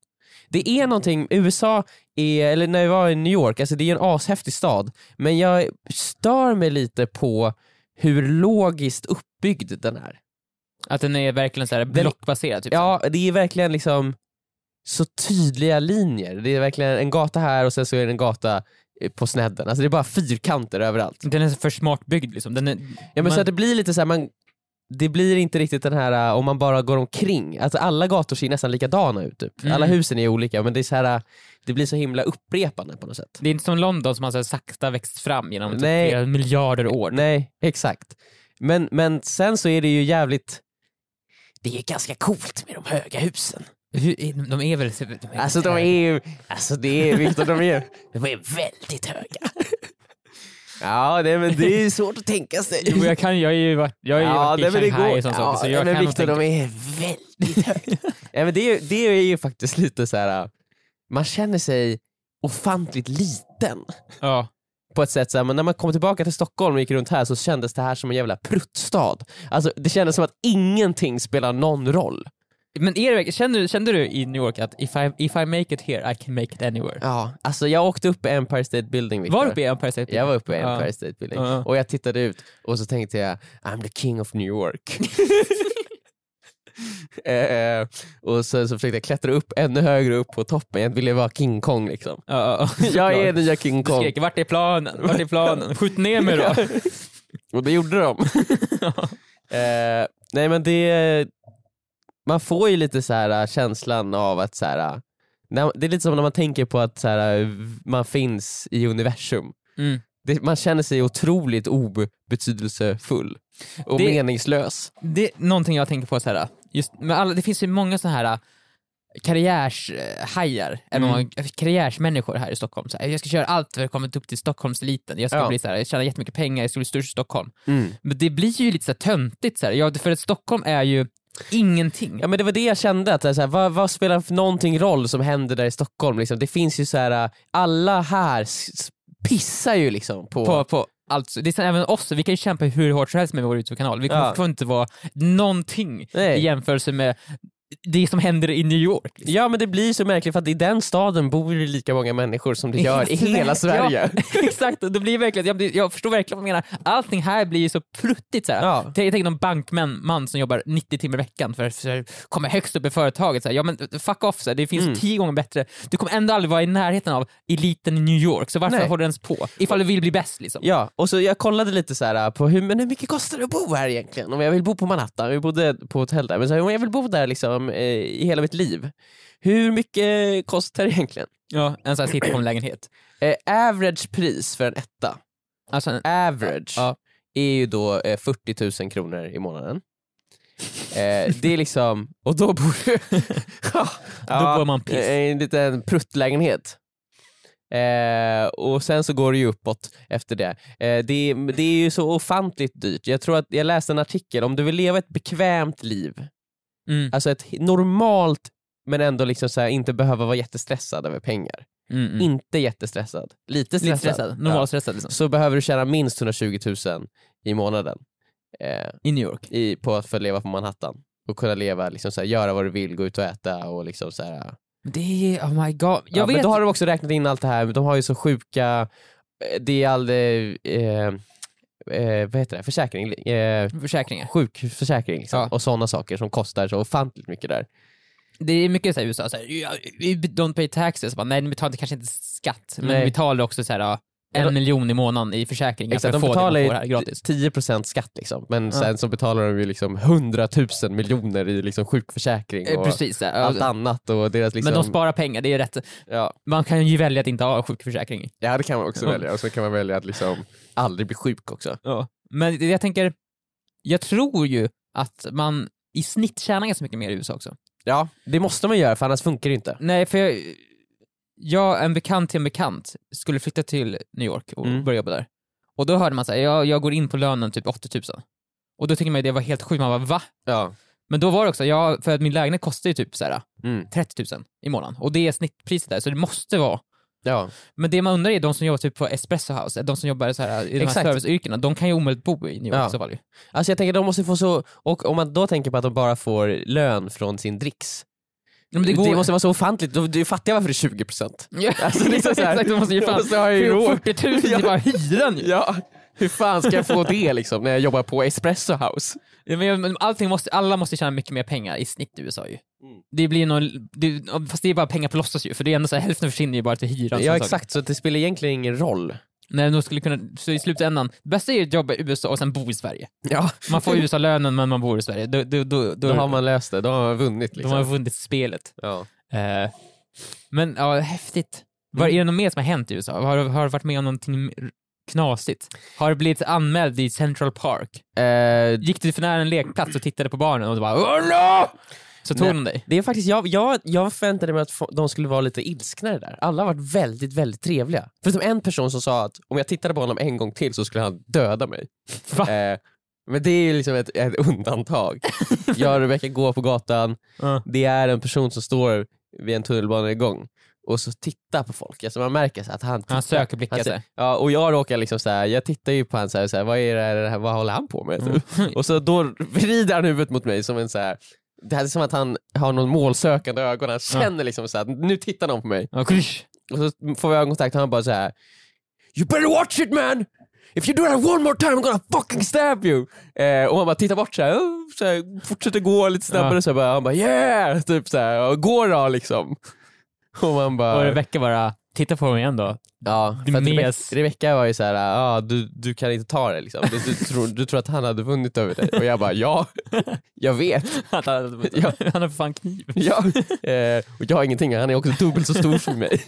[SPEAKER 2] Det är någonting, USA är, eller när jag var i New York, alltså det är ju en ashäftig stad, men jag stör mig lite på hur logiskt uppbyggd den är.
[SPEAKER 3] Att den är verkligen så här blockbaserad? Typ.
[SPEAKER 2] Ja, det är verkligen liksom så tydliga linjer. Det är verkligen en gata här och sen så är det en gata eh, på snedden. Alltså det är bara fyrkanter överallt.
[SPEAKER 3] Den är för smart byggd liksom. Den är,
[SPEAKER 2] Ja men
[SPEAKER 3] man,
[SPEAKER 2] så att det blir lite så här, man, det blir inte riktigt den här äh, om man bara går omkring. Alltså alla gator ser nästan likadana ut typ.
[SPEAKER 3] Mm.
[SPEAKER 2] Alla husen är olika men det är så här, äh, det blir så himla upprepande på något sätt.
[SPEAKER 3] det är inte som London som har så här sakta växt fram genom typ
[SPEAKER 2] Nej.
[SPEAKER 3] flera miljarder år.
[SPEAKER 2] Nej, exakt. Men, men sen så är det ju jävligt det är ganska coolt med de höga husen.
[SPEAKER 3] Hur, är- de är väl... De är
[SPEAKER 2] Alltså de är ju, alltså det är Viktor, de är, de är väldigt höga. Ja, nej, men det är ju svårt att tänka sig.
[SPEAKER 3] Jo, jag, kan, jag har ju varit, jag har ju
[SPEAKER 2] Ja,
[SPEAKER 3] varit
[SPEAKER 2] nej,
[SPEAKER 3] i
[SPEAKER 2] men det
[SPEAKER 3] Shanghai
[SPEAKER 2] går.
[SPEAKER 3] och sånt saker, så jag
[SPEAKER 2] nej,
[SPEAKER 3] kan
[SPEAKER 2] men
[SPEAKER 3] nog
[SPEAKER 2] Viktor,
[SPEAKER 3] tänka...
[SPEAKER 2] de är väldigt höga. nej, men det, är, ju- det är ju faktiskt lite så här. man känner sig ofantligt liten.
[SPEAKER 3] Ja.
[SPEAKER 2] På ett sätt så här, men när man kom tillbaka till Stockholm och gick runt här så kändes det här som en jävla pruttstad. Alltså, det kändes som att ingenting spelar någon roll.
[SPEAKER 3] Men är det, verkligen- kände, du, kände du i New York att if I, if I make it here I can make it anywhere?
[SPEAKER 2] Ja, alltså jag åkte upp i Empire State Building Victor.
[SPEAKER 3] Var du uppe i Empire State?
[SPEAKER 2] Jag var uppe i
[SPEAKER 3] Ja.
[SPEAKER 2] Empire State Building
[SPEAKER 3] Ja.
[SPEAKER 2] och jag tittade ut och så tänkte jag I'm the king of New York. eh, och sen så försökte jag klättra upp ännu högre upp på toppen, jag ville vara King Kong liksom.
[SPEAKER 3] Ja, ja,
[SPEAKER 2] Jag är
[SPEAKER 3] såklart.
[SPEAKER 2] nya King
[SPEAKER 3] Du
[SPEAKER 2] Kong
[SPEAKER 3] skrek vart är planen? Vart är planen? Skjut ner mig då!
[SPEAKER 2] och det gjorde de. eh, nej men det, man får ju lite så här äh, känslan av att så här, äh, eh, när, det är lite som när man tänker på att så här, äh, man finns i universum.
[SPEAKER 3] Mm.
[SPEAKER 2] Det, man känner sig otroligt obetydelsefull och
[SPEAKER 3] Det-
[SPEAKER 2] meningslös.
[SPEAKER 3] Det är någonting jag tänker på så här. Just, men alla, det finns ju många sådana här eh, karriärshajar, eh, eller
[SPEAKER 2] Mm.
[SPEAKER 3] många karriärsmänniskor här i Stockholm. Så här, jag ska köra allt för att komma upp till Stockholmseliten, jag ska
[SPEAKER 2] Ja.
[SPEAKER 3] bli så här, jag tjäna jättemycket pengar, jag ska bli störst i Stockholm.
[SPEAKER 2] Mm.
[SPEAKER 3] Men det blir ju lite så här töntigt, så här. Ja, för att Stockholm är ju ingenting.
[SPEAKER 2] Ja men det var det jag kände, att så här, vad, vad spelar för någonting roll som händer där i Stockholm? Liksom? Det finns ju så här, alla här s- s- pissar ju liksom på...
[SPEAKER 3] På, på allt. Det är så, här, även oss, vi kan ju kämpa hur hårt som helst med vår YouTube-kanal, vi kommer
[SPEAKER 2] Ja.
[SPEAKER 3] fortfarande inte vara någonting i
[SPEAKER 2] Nej.
[SPEAKER 3] jämförelse med det som händer i New York. liksom.
[SPEAKER 2] Ja men det blir så märkligt för att i den staden bor det lika många människor som det gör i
[SPEAKER 3] Sverige.
[SPEAKER 2] hela Sverige.
[SPEAKER 3] Exakt, och det blir verkligen, jag, blir- jag förstår verkligen vad du menar. Allting här blir ju så pruttigt. Så här.
[SPEAKER 2] Ja.
[SPEAKER 3] Tänk- Tänk någon bankman man som jobbar 90 timmar i veckan för att komma högst upp i företaget. Så här. Ja men fuck off, så här. det finns
[SPEAKER 2] Mm.
[SPEAKER 3] tio gånger bättre. Du kommer ändå aldrig vara i närheten av eliten i New York, så varför
[SPEAKER 2] Nej.
[SPEAKER 3] håller du ens på? Ifall du vill bli bäst liksom.
[SPEAKER 2] Ja, och så jag kollade lite så här äh, på hur, men hur mycket kostar det att bo här egentligen? Om jag vill bo på Manhattan, vi bodde på hotell där, men så här, om jag vill bo där liksom, eh, i hela mitt liv, hur mycket kostar det egentligen?
[SPEAKER 3] Ja. En sån här sitcom-lägenhet.
[SPEAKER 2] Eh, average pris för en etta,
[SPEAKER 3] Alltså, en-
[SPEAKER 2] average,
[SPEAKER 3] Ja.
[SPEAKER 2] är ju då eh, 40 000 kronor i månaden. Eh, det är liksom, och då bor du... ja,
[SPEAKER 3] Då bor man
[SPEAKER 2] eh,
[SPEAKER 3] piss.
[SPEAKER 2] En liten pruttlägenhet. Eh, och sen så går det ju uppåt efter det. Eh, det, är- det är ju så ofantligt dyrt. Jag tror att jag läste en artikel, om du vill leva ett bekvämt liv,
[SPEAKER 3] Mm,
[SPEAKER 2] alltså ett he- normalt men ändå liksom så här, inte behöva vara jättestressad över pengar.
[SPEAKER 3] mm, mm.
[SPEAKER 2] Inte jättestressad, lite stressad.
[SPEAKER 3] Lite stressad,
[SPEAKER 2] Ja
[SPEAKER 3] normalstressad liksom.
[SPEAKER 2] så behöver du tjäna minst 120 000 i månaden eh,
[SPEAKER 3] I New York.
[SPEAKER 2] i, på att få leva på Manhattan och kunna leva, liksom så här, göra vad du vill, gå ut och äta och liksom så här. Jag
[SPEAKER 3] Det är, oh my god. Jag
[SPEAKER 2] ja,
[SPEAKER 3] vet
[SPEAKER 2] Men då har de också räknat in allt det här, de har ju så sjuka, eh, det är all, eh, eh, eh, vad heter det, försäkring, eh,
[SPEAKER 3] försäkringar.
[SPEAKER 2] sjukförsäkring liksom,
[SPEAKER 3] Ja.
[SPEAKER 2] och sådana saker som kostar så ofantligt mycket där.
[SPEAKER 3] Det är mycket så här i USA, så här, "Ja, we don't pay taxes. Bara, nej, ni betalar kanske inte skatt, men
[SPEAKER 2] Nej.
[SPEAKER 3] vi betalar också så här, ja, en
[SPEAKER 2] Ja, de-
[SPEAKER 3] miljon i månaden i försäkring.
[SPEAKER 2] Exakt,
[SPEAKER 3] för
[SPEAKER 2] de
[SPEAKER 3] att få det man
[SPEAKER 2] betalar ju
[SPEAKER 3] får här gratis.
[SPEAKER 2] 10% skatt liksom, men
[SPEAKER 3] Ja.
[SPEAKER 2] sen så betalar de ju liksom 100 000 miljoner i liksom sjukförsäkring
[SPEAKER 3] Eh,
[SPEAKER 2] och
[SPEAKER 3] Precis, så här, ja.
[SPEAKER 2] allt annat och deras liksom...
[SPEAKER 3] men de sparar pengar, det är rätt.
[SPEAKER 2] ja.
[SPEAKER 3] Man kan ju välja att inte ha sjukförsäkring.
[SPEAKER 2] Ja det kan man också
[SPEAKER 3] Ja.
[SPEAKER 2] välja, och så kan man välja att liksom aldrig bli sjuk också.
[SPEAKER 3] Men det- jag tänker, jag tror ju att man i snitt tjänar ganska mycket mer i USA också.
[SPEAKER 2] Ja, det måste man göra för annars funkar det inte.
[SPEAKER 3] Nej, för jag, jag en bekant till en bekant skulle flytta till New York och
[SPEAKER 2] Mm.
[SPEAKER 3] börja jobba där. Och då hörde man såhär, jag, jag går in på lönen typ 80 000. Och då tycker man ju det var helt sjukt, man bara va?
[SPEAKER 2] Ja.
[SPEAKER 3] Men då var det också, ja, för att min lägenhet kostar ju typ så här,
[SPEAKER 2] Mm.
[SPEAKER 3] 30 000 i månaden och det är snittpriset där så det måste vara.
[SPEAKER 2] Ja.
[SPEAKER 3] Men det man undrar är de som jobbar typ på Espresso House, de som jobbar så här, i de här
[SPEAKER 2] Exakt.
[SPEAKER 3] serviceyrkena, de kan ju omöjligt bo i New York
[SPEAKER 2] Ja.
[SPEAKER 3] i så fall ju.
[SPEAKER 2] Alltså jag tänker de måste få så, och om man då tänker på att de bara får lön från sin dricks.
[SPEAKER 3] Ja, men det, går...
[SPEAKER 2] måste vara så ofantligt, då- du fattar jag varför det är 20%.
[SPEAKER 3] Ja,
[SPEAKER 2] Alltså, liksom så här.
[SPEAKER 3] Exakt, de måste ju
[SPEAKER 2] Jag
[SPEAKER 3] fan...
[SPEAKER 2] måste ha ju råd.
[SPEAKER 3] 40 000 det är bara hyran ju.
[SPEAKER 2] Ja, hur fan ska jag få det liksom när jag jobbar på Espresso House?
[SPEAKER 3] Ja, men- men Allting måste, alla måste tjäna mycket mer pengar i snitt i USA ju.
[SPEAKER 2] Mm.
[SPEAKER 3] Det blir någon, det, fast det är bara pengar på låtsas ju, för det är ändå så här, hälften försvinner ju bara till hyran.
[SPEAKER 2] Ja
[SPEAKER 3] sån sak.
[SPEAKER 2] exakt, så det spelar egentligen ingen roll.
[SPEAKER 3] När de skulle kunna, så i slutändan, det bästa är ju att jobba i USA och sen bo i Sverige.
[SPEAKER 2] Ja,
[SPEAKER 3] Man får USA-lönen men man bor i Sverige. Då, då, då,
[SPEAKER 2] då har man löst det, då har man vunnit
[SPEAKER 3] de
[SPEAKER 2] liksom.
[SPEAKER 3] har vunnit spelet.
[SPEAKER 2] Ja.
[SPEAKER 3] Eh, men ja, häftigt. Var, är det något mer som har hänt i USA? Har, har du varit med om någonting knasigt? Har du blivit anmäld i Central Park?
[SPEAKER 2] Eh,
[SPEAKER 3] Gick du för nära en lekplats och tittade på barnen och du bara Åh, no! Så tog
[SPEAKER 2] Nej.
[SPEAKER 3] de dig.
[SPEAKER 2] Det är faktiskt, jag, jag, jag förväntade mig att få- de skulle vara lite ilsknare där. Alla har varit väldigt, väldigt trevliga. Förutom en person som sa att om jag tittade på honom en gång till så skulle han döda mig.
[SPEAKER 3] Va?
[SPEAKER 2] Eh, men det är ju liksom ett, ett undantag. jag och Rebecka går på gatan,
[SPEAKER 3] Ja.
[SPEAKER 2] det är en person som står vid en tunnelbanegång och så tittar på folk. Alltså man märker så att han, tittar,
[SPEAKER 3] Han söker blickar
[SPEAKER 2] Han
[SPEAKER 3] så
[SPEAKER 2] sö-
[SPEAKER 3] här.
[SPEAKER 2] Ja, och jag råkar liksom så här, jag tittar ju på han så här, så här vad är det här, det här, vad håller han på med? Typ. Och så då vrider han huvudet mot mig som en så här. Det här är som att han har någon målsökande i ögonen. Han känner liksom så här, nu tittar någon på mig.
[SPEAKER 3] Ja, krysch.
[SPEAKER 2] Och så får vi ögonkontakt och han bara så här. You better watch it man! If you do that one more time I'm gonna fucking stab you! Eh, och han bara tittar bort så här, "Oh", så här fortsätter gå lite snabbare.
[SPEAKER 3] Ja.
[SPEAKER 2] Så här, bara, han bara yeah! Typ så här, och går då liksom. Och man
[SPEAKER 3] Och
[SPEAKER 2] bara...
[SPEAKER 3] Rebecca bara, titta på dem igen då.
[SPEAKER 2] Ja,
[SPEAKER 3] Det
[SPEAKER 2] för att Rebe-
[SPEAKER 3] mes.
[SPEAKER 2] Rebecka var ju såhär, ja du, du kan inte ta det liksom. Du, du, tror, du tror att han hade vunnit över dig? Och jag bara, ja, jag vet.
[SPEAKER 3] Han har han har för fan kniv.
[SPEAKER 2] Ja. Eh, och jag har ingenting, han är också dubbelt så stor som mig.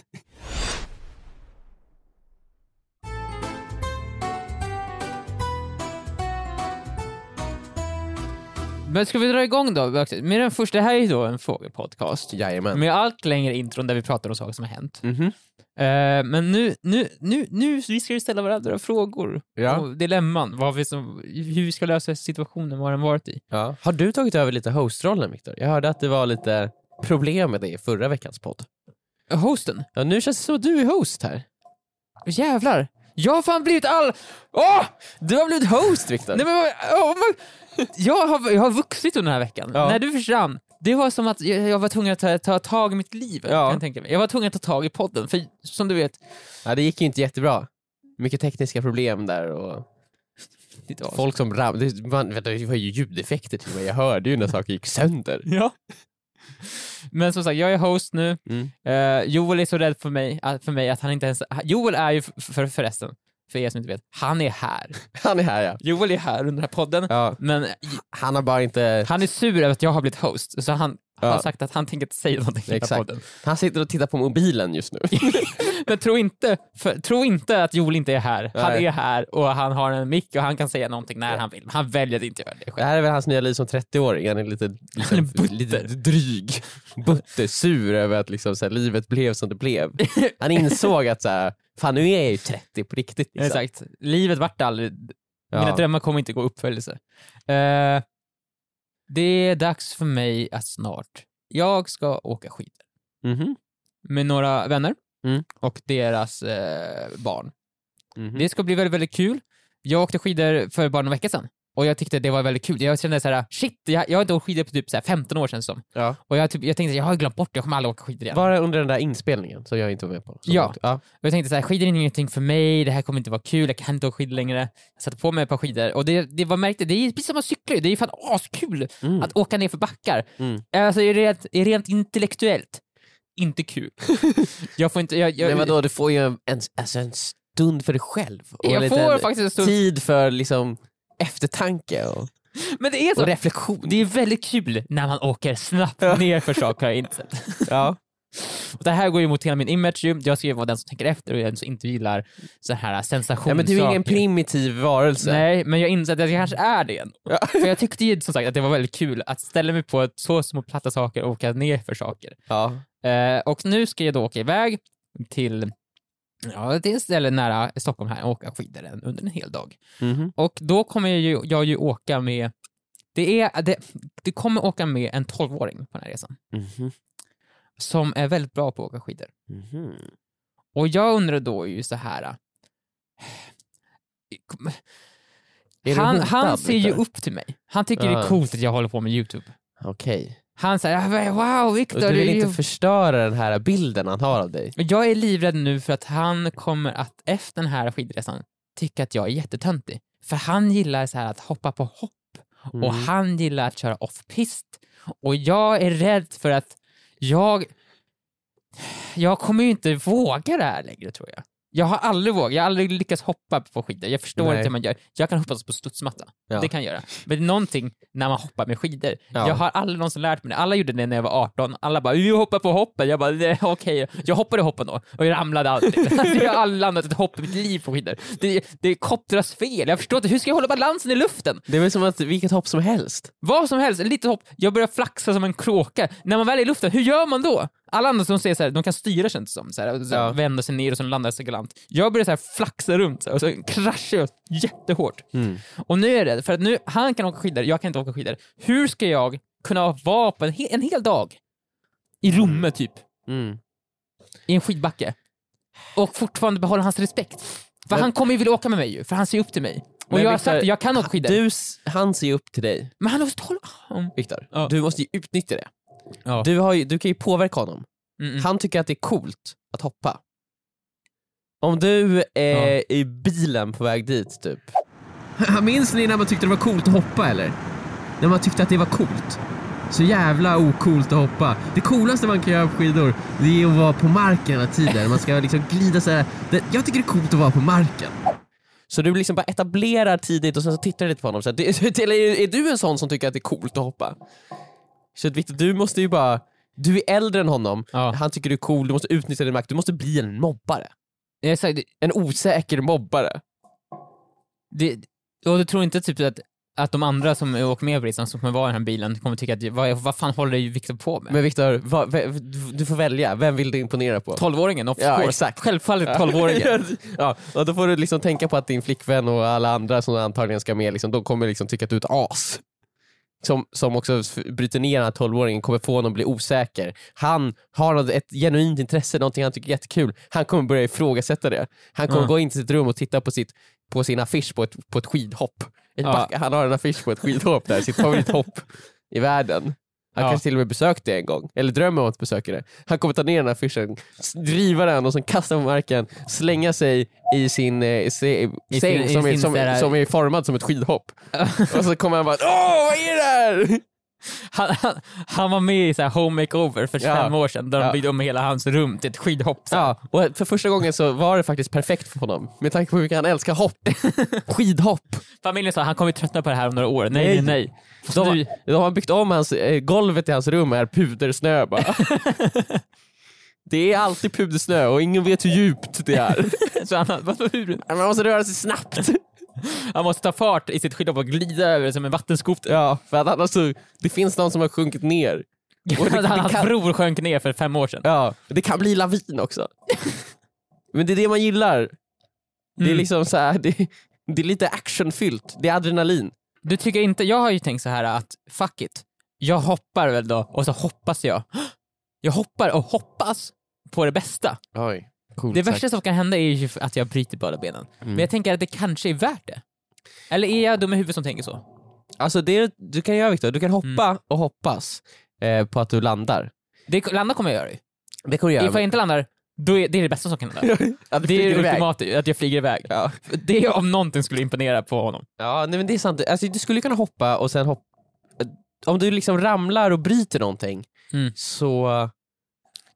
[SPEAKER 3] Men ska vi dra igång då? Med den första, det här är ju då en frågepodcast.
[SPEAKER 2] Jajamän.
[SPEAKER 3] Med allt längre intron där vi pratar om saker som har hänt.
[SPEAKER 2] Mhm.
[SPEAKER 3] Eh, men nu, nu, nu, nu vi ska ju ställa varandra frågor.
[SPEAKER 2] Ja.
[SPEAKER 3] Och dilemman. Vad vi som, hur vi ska lösa situationen, vad den varit i.
[SPEAKER 2] Ja. Har du tagit över lite hostrollen Viktor? Jag hörde att det var lite problem med det i förra veckans podd.
[SPEAKER 3] Eh, Hosten.
[SPEAKER 2] Ja, nu känns det som att du är host här.
[SPEAKER 3] Jävlar. Jag har fan blivit all... Åh!
[SPEAKER 2] Du har blivit host Viktor!
[SPEAKER 3] Nej, men, vad- åh, men, jag, har, jag har vuxit under den här veckan.
[SPEAKER 2] Ja.
[SPEAKER 3] När du försvann, det var som att jag, jag var tvungen att ta, ta tag i mitt liv.
[SPEAKER 2] Ja.
[SPEAKER 3] Kan jag, tänka mig. jag var tvungen att ta tag i podden, för som du vet...
[SPEAKER 2] Ja, det gick ju inte jättebra. Mycket tekniska problem där och
[SPEAKER 3] det var-
[SPEAKER 2] folk som ramlade. Det, man- vänta, det var ju ljudeffekter till och med. Jag hörde ju när saker gick sönder.
[SPEAKER 3] Ja. Men som sagt, jag är host nu.
[SPEAKER 2] Mm.
[SPEAKER 3] Eh, Joel är så rädd för mig, att- för mig att han inte ens... Joel är ju, f- för, förresten, för er som inte vet, han är här.
[SPEAKER 2] Han är här ja.
[SPEAKER 3] Joel är här under den här podden,
[SPEAKER 2] ja.
[SPEAKER 3] men
[SPEAKER 2] Han har bara inte...
[SPEAKER 3] han är sur över att jag har blivit host, så han
[SPEAKER 2] Ja.
[SPEAKER 3] har sagt att han tänker inte säga någonting i den här
[SPEAKER 2] Exakt.
[SPEAKER 3] podden.
[SPEAKER 2] Han sitter och tittar på mobilen just nu.
[SPEAKER 3] Men tro inte, för, tro inte att Joel inte är här. Han
[SPEAKER 2] Nej.
[SPEAKER 3] är här och han har en mick och han kan säga någonting när han vill. Men Han väljer att inte göra det
[SPEAKER 2] Det
[SPEAKER 3] själv.
[SPEAKER 2] här är väl hans nya liv som 30-åring. Han är lite,
[SPEAKER 3] är
[SPEAKER 2] liksom,
[SPEAKER 3] butter.
[SPEAKER 2] lite dryg. Butter, sur över att liksom, så här, livet blev som det blev. Han insåg att så här, fan nu är jag ju 30 på riktigt. Liksom.
[SPEAKER 3] Exakt. Livet vart aldrig...
[SPEAKER 2] Ja.
[SPEAKER 3] Mina drömmar kommer inte gå i uppfyllelse. Eh, det är dags för mig att snart... Jag ska åka skidor
[SPEAKER 2] Mhm.
[SPEAKER 3] med några vänner
[SPEAKER 2] Mm.
[SPEAKER 3] och deras eh, barn.
[SPEAKER 2] Mhm.
[SPEAKER 3] Det ska bli väldigt, väldigt kul. Jag åkte skidor för bara några veckor sedan och jag tyckte det var väldigt kul. Jag kände så här, shit, jag, jag har inte åkt skidor på typ så här 15 år känns det som.
[SPEAKER 2] Ja.
[SPEAKER 3] Och jag, typ, jag tänkte jag har glömt bort det, jag kommer aldrig åka skidor igen.
[SPEAKER 2] Bara under den där inspelningen som jag inte var med på. Som-
[SPEAKER 3] Ja.
[SPEAKER 2] ja.
[SPEAKER 3] Och jag tänkte så här, skidor är ingenting för mig, det här kommer inte vara kul, jag kan inte åka skidor längre. Jag satte på mig ett par skidor och det, det var märkte, det är precis som man cyklar ju, det är ju fan askul
[SPEAKER 2] Mm.
[SPEAKER 3] att åka ner för backar.
[SPEAKER 2] Mm.
[SPEAKER 3] Alltså det är rent, det är rent intellektuellt, inte kul. jag får inte, jag, jag,
[SPEAKER 2] Men vadå, du får ju en, en, alltså en stund för dig själv. Och en
[SPEAKER 3] jag
[SPEAKER 2] liten
[SPEAKER 3] får faktiskt en stund,
[SPEAKER 2] tid för liksom, eftertanke och,
[SPEAKER 3] men det är
[SPEAKER 2] och
[SPEAKER 3] så.
[SPEAKER 2] reflektion.
[SPEAKER 3] Det är väldigt kul när man åker snabbt ner för saker, har jag insett.
[SPEAKER 2] Ja.
[SPEAKER 3] Och det här går ju emot hela min image ju. Jag ska ju vara den som tänker efter och den som inte gillar så här sensationssaker.
[SPEAKER 2] Ja, men du är ingen primitiv varelse.
[SPEAKER 3] Nej, men jag inser att jag kanske är det ändå. För jag tyckte ju som sagt att det var väldigt kul att ställa mig på ett så små platta saker och åka ner för saker.
[SPEAKER 2] Ja.
[SPEAKER 3] Eh, och nu ska jag då åka iväg till Ja, det är ett ställe nära Stockholm här och åka skidor en- under en hel dag.
[SPEAKER 2] Mhm.
[SPEAKER 3] Och då kommer jag ju, jag ju åka med, det, är, det, det kommer åka med en 12-åring på den här resan
[SPEAKER 2] Mhm.
[SPEAKER 3] som är väldigt bra på att åka skidor.
[SPEAKER 2] Mhm.
[SPEAKER 3] Och jag undrar då ju så här. eh,
[SPEAKER 2] Är du
[SPEAKER 3] Han,
[SPEAKER 2] hotad,
[SPEAKER 3] han ser ju
[SPEAKER 2] Viktor?
[SPEAKER 3] upp till mig. Han tycker det
[SPEAKER 2] Ah.
[SPEAKER 3] är coolt att jag håller på med YouTube.
[SPEAKER 2] Okej.
[SPEAKER 3] Han säger “Wow,
[SPEAKER 2] Och
[SPEAKER 3] Viktor,
[SPEAKER 2] du
[SPEAKER 3] du
[SPEAKER 2] vill
[SPEAKER 3] är
[SPEAKER 2] inte
[SPEAKER 3] ju...
[SPEAKER 2] förstöra den här bilden han har av dig?
[SPEAKER 3] Jag är livrädd nu för att han kommer att efter den här skidresan tycka att jag är jättetöntig. För han gillar så här att hoppa på hopp och
[SPEAKER 2] Mm.
[SPEAKER 3] han gillar att köra off-pist. Och jag är rädd för att jag... Jag kommer ju inte våga det här längre tror jag. Jag har aldrig vågat, jag har aldrig lyckats hoppa på skidor. Jag förstår
[SPEAKER 2] Nej.
[SPEAKER 3] inte hur man gör. Jag kan hoppa på studsmatta.
[SPEAKER 2] Ja.
[SPEAKER 3] Det kan jag göra. Men det är någonting när man hoppar med skidor.
[SPEAKER 2] Ja.
[SPEAKER 3] Jag har aldrig någonsin lärt mig det. Alla gjorde det när jag var 18. Alla bara “vi hoppar på hoppen”. Jag bara "Nej, “okej”. Jag hoppade hoppen då och jag ramlade alltid. alltså, jag har aldrig landat ett hopp i mitt liv på skidor. Det, det kopplas fel. Jag förstår inte. Hur ska jag hålla balansen i luften?
[SPEAKER 2] Det är väl som att vilket hopp som helst.
[SPEAKER 3] Vad som helst, ett litet hopp. Jag börjar flaxa som en kråka. När man väl är i luften, hur gör man då? Alla andra som säger så här, de kan styra känns det som. Så här, så här,
[SPEAKER 2] Ja.
[SPEAKER 3] Vänder sig ner och så landar jag så galant. Jag börjar så här flaxa runt så här, och så kraschar jag jättehårt.
[SPEAKER 2] Mm.
[SPEAKER 3] Och nu är det för att nu, han kan åka skidor, jag kan inte åka skidor. Hur ska jag kunna vara på en, he- en hel dag i Romme typ,
[SPEAKER 2] Mm.
[SPEAKER 3] i en skidbacke och fortfarande behålla hans respekt? För
[SPEAKER 2] Men-
[SPEAKER 3] han kommer ju vilja åka med mig ju, för han ser upp till mig. Och
[SPEAKER 2] Men
[SPEAKER 3] jag har
[SPEAKER 2] Viktor,
[SPEAKER 3] sagt att jag kan åka skidor.
[SPEAKER 2] Du, s- han ser ju upp till dig,
[SPEAKER 3] Men han har också tolv... Mm,
[SPEAKER 2] Viktor.
[SPEAKER 3] Ja.
[SPEAKER 2] Du måste ju utnyttja det.
[SPEAKER 3] Ja.
[SPEAKER 2] Du, har ju, du kan ju påverka honom.
[SPEAKER 3] mm.
[SPEAKER 2] Han tycker att det är coolt att hoppa. Om du är
[SPEAKER 3] Ja.
[SPEAKER 2] i bilen på väg dit, typ. Minns ni när man tyckte det var coolt att hoppa, eller? När man tyckte att det var coolt. Så jävla ocoolt att hoppa. Det coolaste man kan göra på skidor, det är att vara på marken hela tiden. Man ska liksom glida så här. Det- Jag tycker det är coolt att vara på marken. Så du liksom bara etablerar tidigt och sen så tittar du lite på honom. Så här, "Du- eller är, är du en sån som tycker att det är coolt att hoppa? Så att Victor, du måste ju bara... Du är äldre än honom,
[SPEAKER 3] Ja.
[SPEAKER 2] han tycker du är cool, du måste utnyttja din makt, du måste bli en mobbare.
[SPEAKER 3] Jag sa, det,
[SPEAKER 2] En osäker mobbare.
[SPEAKER 3] det, och du tror inte typ att att de andra som åker med på resan, som kommer vara i den här bilen, kommer tycka att vad, vad fan håller ju Viktor på med?
[SPEAKER 2] Men Viktor, vad- v- du får välja. Vem vill du imponera på?
[SPEAKER 3] 12-åringen, of
[SPEAKER 2] Ja,
[SPEAKER 3] course.
[SPEAKER 2] exakt.
[SPEAKER 3] Självfallet 12-åringen.
[SPEAKER 2] ja, och då får du liksom tänka på att din flickvän och alla andra som antagligen ska med, liksom, de kommer liksom tycka att du är ett as. Som, som också f- bryter ner den här 12-åringen, kommer få honom att bli osäker. Han har något, ett genuint intresse, någonting han tycker är jättekul. Han kommer börja ifrågasätta det. Han kommer
[SPEAKER 3] Mm.
[SPEAKER 2] gå in till sitt rum och titta på, sitt, på sin affisch på ett, på ett skidhopp. Ett
[SPEAKER 3] Ja.
[SPEAKER 2] back, han har en affisch på ett skidhopp där, sitt favorithopp i världen. Han
[SPEAKER 3] Ja.
[SPEAKER 2] kanske till och med besökt det en gång, eller drömmer om att besöka det. Han kommer ta ner den här affischen, s- driva den och sen kasta den på marken, slänga sig i sin eh, se,
[SPEAKER 3] I
[SPEAKER 2] säng
[SPEAKER 3] sin- i
[SPEAKER 2] som, är,
[SPEAKER 3] sin
[SPEAKER 2] som,
[SPEAKER 3] så här-
[SPEAKER 2] som är formad som ett skidhopp. och så kommer han bara Åh, vad är det här?
[SPEAKER 3] Han, han, han var med i så här home makeover för
[SPEAKER 2] Ja.
[SPEAKER 3] fem år sedan, där
[SPEAKER 2] Ja.
[SPEAKER 3] de byggde om hela hans rum till ett skidhopp. Så. här.
[SPEAKER 2] Ja, och för första gången så var det faktiskt perfekt för honom, med tanke på hur mycket han älskar hopp. Skidhopp.
[SPEAKER 3] Familjen sa han kommer tröttna på det här om några år. Nej, nej, nej.
[SPEAKER 2] De,
[SPEAKER 3] Du-
[SPEAKER 2] har- de har byggt om hans, eh, golvet i hans rum är pudersnö bara. Det är alltid pudersnö och ingen vet hur djupt det är.
[SPEAKER 3] Så han, vadå, hur?
[SPEAKER 2] Man måste röra sig snabbt.
[SPEAKER 3] han måste ta fart i sitt skidhopp och glida över som en vattenskoter.
[SPEAKER 2] Ja, för att annars så, det finns någon som har sjunkit ner. Och det- det
[SPEAKER 3] Hans
[SPEAKER 2] kan-
[SPEAKER 3] bror sjönk ner för fem år sedan.
[SPEAKER 2] Ja, det kan bli lavin också. Men det är det man gillar. Det är
[SPEAKER 3] Mm.
[SPEAKER 2] liksom så här, det, det är lite actionfyllt. Det är adrenalin.
[SPEAKER 3] Du tycker inte, jag har ju tänkt så här att fuck it, jag hoppar väl då och så hoppas jag. Jag hoppar och hoppas på det bästa.
[SPEAKER 2] Oj, coolt
[SPEAKER 3] Det värsta som kan hända är ju att jag bryter båda benen.
[SPEAKER 2] Mm.
[SPEAKER 3] Men jag tänker att det kanske är värt det. Eller är jag dum i huvudet som tänker så?
[SPEAKER 2] Alltså det du kan göra Viktor, du kan hoppa och hoppas eh, på att du landar.
[SPEAKER 3] Det, landa kommer jag göra ju.
[SPEAKER 2] Det kommer du
[SPEAKER 3] Ifall jag inte landar, då är, det är det bästa som kan hända.
[SPEAKER 2] Att du
[SPEAKER 3] Det är
[SPEAKER 2] flyger
[SPEAKER 3] det
[SPEAKER 2] iväg.
[SPEAKER 3] ultimata, ju, att jag flyger iväg.
[SPEAKER 2] Ja.
[SPEAKER 3] Det om någonting skulle imponera på honom.
[SPEAKER 2] Ja, nej, men det är sant. Alltså, du skulle kunna hoppa och sen hoppa... Om du liksom ramlar och bryter någonting
[SPEAKER 3] Mm.
[SPEAKER 2] så...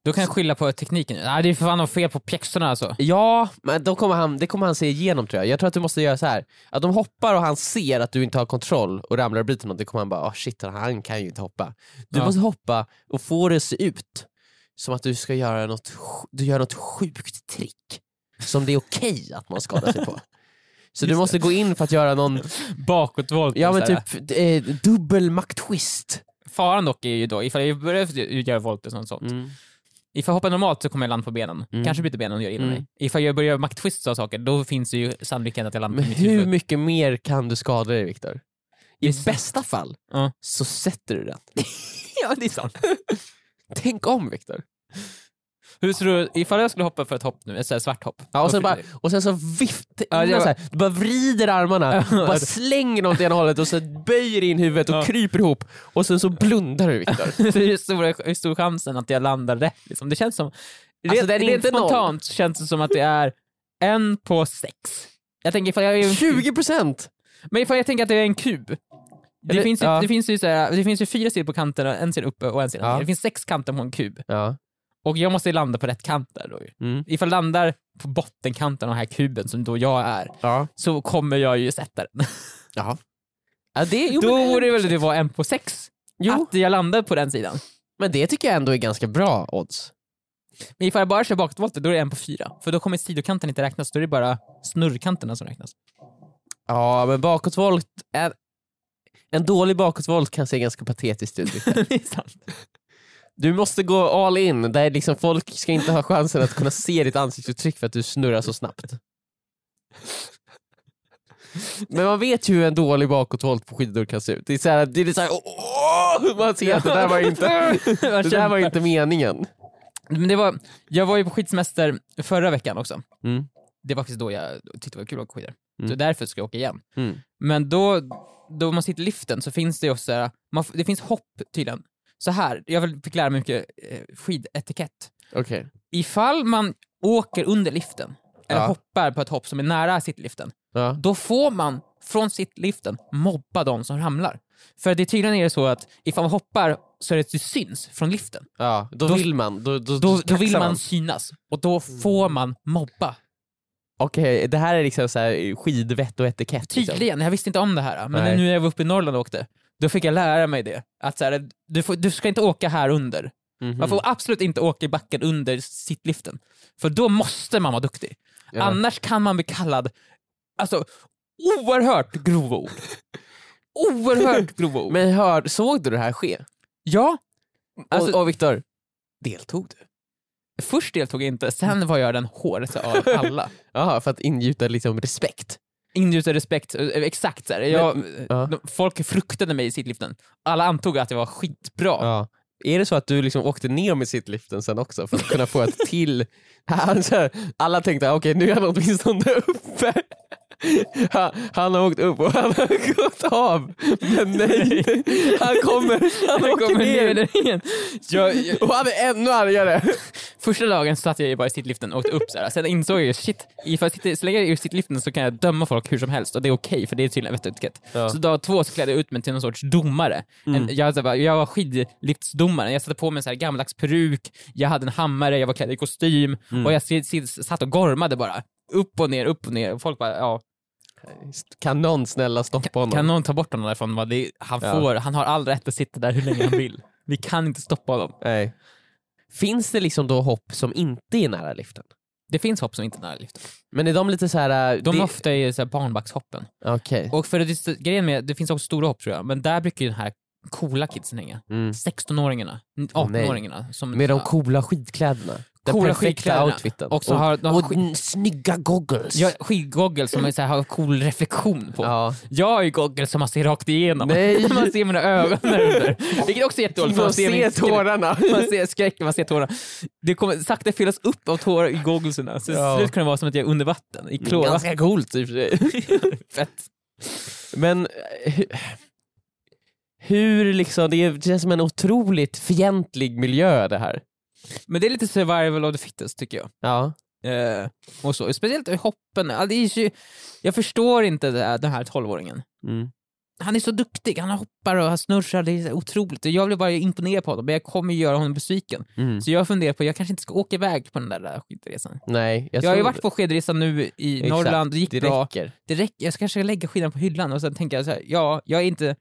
[SPEAKER 3] Då kan jag skylla på tekniken. Nej, det är för fan något fel på pjäxorna alltså.
[SPEAKER 2] Ja, men då kommer han, det kommer han se igenom tror jag. Jag tror att du måste göra så här. att de hoppar och han ser att du inte har kontroll och ramlar och bryter något, då kommer han bara oh, shit, han kan ju inte hoppa. Du
[SPEAKER 3] Ja.
[SPEAKER 2] måste hoppa och få det att se ut som att du ska göra något, sj- du gör något sjukt trick som det är okej att man skadar sig på. Så du måste gå in för att göra någon,
[SPEAKER 3] Bakåtvolt.
[SPEAKER 2] ja
[SPEAKER 3] och
[SPEAKER 2] men
[SPEAKER 3] så här.
[SPEAKER 2] typ eh, dubbel makttwist.
[SPEAKER 3] Faran dock är ju då, ifall jag börjar göra volt och sånt, sånt. Ifall jag hoppar normalt så kommer jag landa på benen.
[SPEAKER 2] Mm.
[SPEAKER 3] Kanske byter benen och gör illa
[SPEAKER 2] Mm.
[SPEAKER 3] mig. Ifall jag börjar göra makttwists och saker, då finns det ju sannolikheten att jag landar
[SPEAKER 2] Men
[SPEAKER 3] på mitt
[SPEAKER 2] hur
[SPEAKER 3] huvud.
[SPEAKER 2] mycket mer kan du skada dig Viktor? I
[SPEAKER 3] Visst.
[SPEAKER 2] bästa fall
[SPEAKER 3] Ja.
[SPEAKER 2] så sätter du den.
[SPEAKER 3] Ja, det är sant.
[SPEAKER 2] Tänk om Viktor.
[SPEAKER 3] Hur tror du, ifall jag skulle hoppa för ett hopp nu, ett så här svart hopp.
[SPEAKER 2] Ja, och,
[SPEAKER 3] då-
[SPEAKER 2] sen bara, och sen så vift,
[SPEAKER 3] Ja, det
[SPEAKER 2] innan
[SPEAKER 3] var-
[SPEAKER 2] så här, du bara vrider armarna,
[SPEAKER 3] Ja.
[SPEAKER 2] bara slänger något i ena hållet och så böjer in huvudet och
[SPEAKER 3] Ja.
[SPEAKER 2] kryper ihop och sen så blundar du Viktor.
[SPEAKER 3] hur, stor, hur stor chansen att jag landar rätt? Liksom. Det känns som... rent-
[SPEAKER 2] Alltså, den är
[SPEAKER 3] rent
[SPEAKER 2] inte noll.
[SPEAKER 3] spontant känns det som att det är en på sex. Jag tänker ifall jag är en kub,
[SPEAKER 2] 20 procent!
[SPEAKER 3] men ifall jag tänker att det är en kub. Det,
[SPEAKER 2] Eller-
[SPEAKER 3] finns, ju,
[SPEAKER 2] ja.
[SPEAKER 3] det, finns ju så här, det finns ju fyra sidor på kanten, och en sida uppe och en sida
[SPEAKER 2] Ja.
[SPEAKER 3] ner. Det finns sex kanter på en kub.
[SPEAKER 2] Ja.
[SPEAKER 3] Och jag måste ju landa på rätt kant där då ju.
[SPEAKER 2] Mm.
[SPEAKER 3] Ifall jag landar på bottenkanten av den här kuben som då jag är,
[SPEAKER 2] Ja.
[SPEAKER 3] så kommer jag ju sätta den.
[SPEAKER 2] Jaha. Ja, det, jo,
[SPEAKER 3] då
[SPEAKER 2] men,
[SPEAKER 3] borde det väl det vara en på sex?
[SPEAKER 2] jo,
[SPEAKER 3] Att jag landar på den sidan.
[SPEAKER 2] men det tycker jag ändå är ganska bra odds.
[SPEAKER 3] Men ifall jag bara kör bakåtvolter, då är det en på fyra. För då kommer sidokanten inte räknas, då är det bara snurrkanterna som räknas.
[SPEAKER 2] Ja, men bakåtvolt, en, en dålig bakåtvolt kan se ganska patetiskt ut. Viktor.
[SPEAKER 3] det är sant.
[SPEAKER 2] Du måste gå all in, där liksom folk ska inte ha chansen att kunna se ditt ansiktsuttryck för att du snurrar så snabbt. Men man vet ju hur en dålig bakåtvolt på skidor kan se ut. Det är såhär, det är så här, åh, man ser att det där var inte, det där var inte meningen.
[SPEAKER 3] Men det var, jag var ju på skidsemester förra veckan också.
[SPEAKER 2] Mm.
[SPEAKER 3] Det var faktiskt då jag tyckte det var kul att åka skidor.
[SPEAKER 2] Mm.
[SPEAKER 3] Så därför ska jag åka igen.
[SPEAKER 2] Mm.
[SPEAKER 3] Men då, då man sitter i liften så finns det ju också, så här- man, f- det finns hopp tydligen. Så här, jag fick lära mig mycket eh, skidetikett.
[SPEAKER 2] Okej.
[SPEAKER 3] Ifall man åker under liften, eller
[SPEAKER 2] Ja.
[SPEAKER 3] hoppar på ett hopp som är nära sittliften,
[SPEAKER 2] Ja.
[SPEAKER 3] då får man från sittliften mobba de som ramlar. För det tydligen är det så att ifall man hoppar så är det, det syns från liften.
[SPEAKER 2] Ja, då,
[SPEAKER 3] Då-
[SPEAKER 2] vill man. Då, då,
[SPEAKER 3] Då, då
[SPEAKER 2] kaxar
[SPEAKER 3] vill man synas och då får man mobba.
[SPEAKER 2] Okej, det här är liksom så här skidvett och etikett. Liksom.
[SPEAKER 3] Tydligen, jag visste inte om det här men
[SPEAKER 2] Nej.
[SPEAKER 3] nu när jag var uppe i Norrland och åkte, då fick jag lära mig det. Att så här, du, får, du ska inte åka här under.
[SPEAKER 2] Mhm.
[SPEAKER 3] Man får absolut inte åka i backen under sittliften. För då måste man vara duktig.
[SPEAKER 2] Ja.
[SPEAKER 3] Annars kan man bli kallad alltså, oerhört grova ord.
[SPEAKER 2] oerhört
[SPEAKER 3] grova ord.
[SPEAKER 2] Men hör, såg du det här ske?
[SPEAKER 3] ja, Alltså-
[SPEAKER 2] och, och Viktor, deltog du?
[SPEAKER 3] först deltog jag inte, sen var jag den hårdaste av alla.
[SPEAKER 2] Ja, för att ingjuta liksom respekt.
[SPEAKER 3] Ingjuta respekt, eh, exakt så här. Jag,
[SPEAKER 2] Ja.
[SPEAKER 3] de- Folk fruktade mig i sitliften. Alla antog att jag var skitbra.
[SPEAKER 2] Ja. Är det så att du liksom åkte ner med sittliften sen också för att kunna få ett till? Han, så här, alla tänkte "Ah, okej nu är han åtminstone uppe. Han, han har åkt upp och han har gått av. Men nej, han kommer, han
[SPEAKER 3] Jag
[SPEAKER 2] åker
[SPEAKER 3] kommer
[SPEAKER 2] ner.
[SPEAKER 3] ner där igen. Jag, jag,
[SPEAKER 2] Och han är ännu argare.
[SPEAKER 3] första dagen satt jag ju bara i sittliften och åkte upp så här. Sen insåg jag ju shit, ifall jag sitter, så länge jag är i sittliften så kan jag döma folk hur som helst och det är okej för det är tydligen vettig etikett.
[SPEAKER 2] Ja. Mm.
[SPEAKER 3] Så dag två så klädde jag ut mig till någon sorts domare. En, jag, så här bara, jag var skidliftsdomare, jag satte på mig en så här gammaldags peruk, jag hade en hammare, jag var klädd i kostym
[SPEAKER 2] Mm.
[SPEAKER 3] och jag sit, sit, satt och gormade bara. Upp och ner, upp och ner. Och Folk bara, ja,
[SPEAKER 2] Kan någon snälla stoppa honom?
[SPEAKER 3] kan någon ta bort honom därifrån? Bara, det, han,
[SPEAKER 2] Ja.
[SPEAKER 3] får, han har all rätt att sitta där hur länge han vill. Vi kan inte stoppa honom.
[SPEAKER 2] Nej. Finns det liksom då hopp som inte är nära liften?
[SPEAKER 3] Det finns hopp som inte är nära liften.
[SPEAKER 2] Men är de lite så här... äh,
[SPEAKER 3] De
[SPEAKER 2] det-
[SPEAKER 3] ofta är så här barnbackshoppen.
[SPEAKER 2] Okej.
[SPEAKER 3] Och för det, grejen med, det finns också stora hopp tror jag, men där brukar ju den här coola kidsen hänga.
[SPEAKER 2] Mm.
[SPEAKER 3] 16-åringarna,
[SPEAKER 2] Åh, nej.
[SPEAKER 3] 18-åringarna. som-
[SPEAKER 2] Med de
[SPEAKER 3] ja.
[SPEAKER 2] coola skidkläderna. Den
[SPEAKER 3] Coola
[SPEAKER 2] perfekta
[SPEAKER 3] skidkläderna.
[SPEAKER 2] outfiten.
[SPEAKER 3] Och så har de
[SPEAKER 2] och
[SPEAKER 3] skid-
[SPEAKER 2] n- snygga goggles.
[SPEAKER 3] Ja, skidgoggles som är så här, har cool reflektion på.
[SPEAKER 2] Ja.
[SPEAKER 3] Jag har ju goggles som man ser rakt igenom.
[SPEAKER 2] Nej.
[SPEAKER 3] man ser mina ögon där under. Vilket också är jättedåligt. för
[SPEAKER 2] Man
[SPEAKER 3] min
[SPEAKER 2] ser
[SPEAKER 3] skräck.
[SPEAKER 2] tårarna.
[SPEAKER 3] Man ser skräcken, man ser tårarna. Det kommer sakta fyllas upp av tårar i gogglesarna. Så
[SPEAKER 2] Ja. Mm.
[SPEAKER 3] till slut kan det vara som att jag är under vatten, i klor.
[SPEAKER 2] coolt i och för sig.
[SPEAKER 3] Fett.
[SPEAKER 2] Men eh, hu- hur liksom, det är- det känns som en otroligt fientlig miljö det här.
[SPEAKER 3] Men det är lite survival of the fittest tycker jag.
[SPEAKER 2] Ja.
[SPEAKER 3] Eh, och så. Speciellt i hoppen. Ja, det är ju, jag förstår inte det här, den här tolvåringen.
[SPEAKER 2] Mm.
[SPEAKER 3] Han är så duktig, han hoppar och han snurrar, det är så otroligt. Och Jag blir bara imponerad på honom, men jag kommer ju göra honom besviken.
[SPEAKER 2] Mm.
[SPEAKER 3] Så jag funderar på, jag kanske inte ska åka iväg på den där, där skidresan.
[SPEAKER 2] Nej, jag,
[SPEAKER 3] Jag, har ju
[SPEAKER 2] tror
[SPEAKER 3] varit på skidresa nu i
[SPEAKER 2] Exakt,
[SPEAKER 3] Norrland, det gick
[SPEAKER 2] det
[SPEAKER 3] bra.
[SPEAKER 2] räcker.
[SPEAKER 3] Det räcker, jag ska kanske lägga skidan på hyllan och sen tänka jag så här, ja, jag är inte...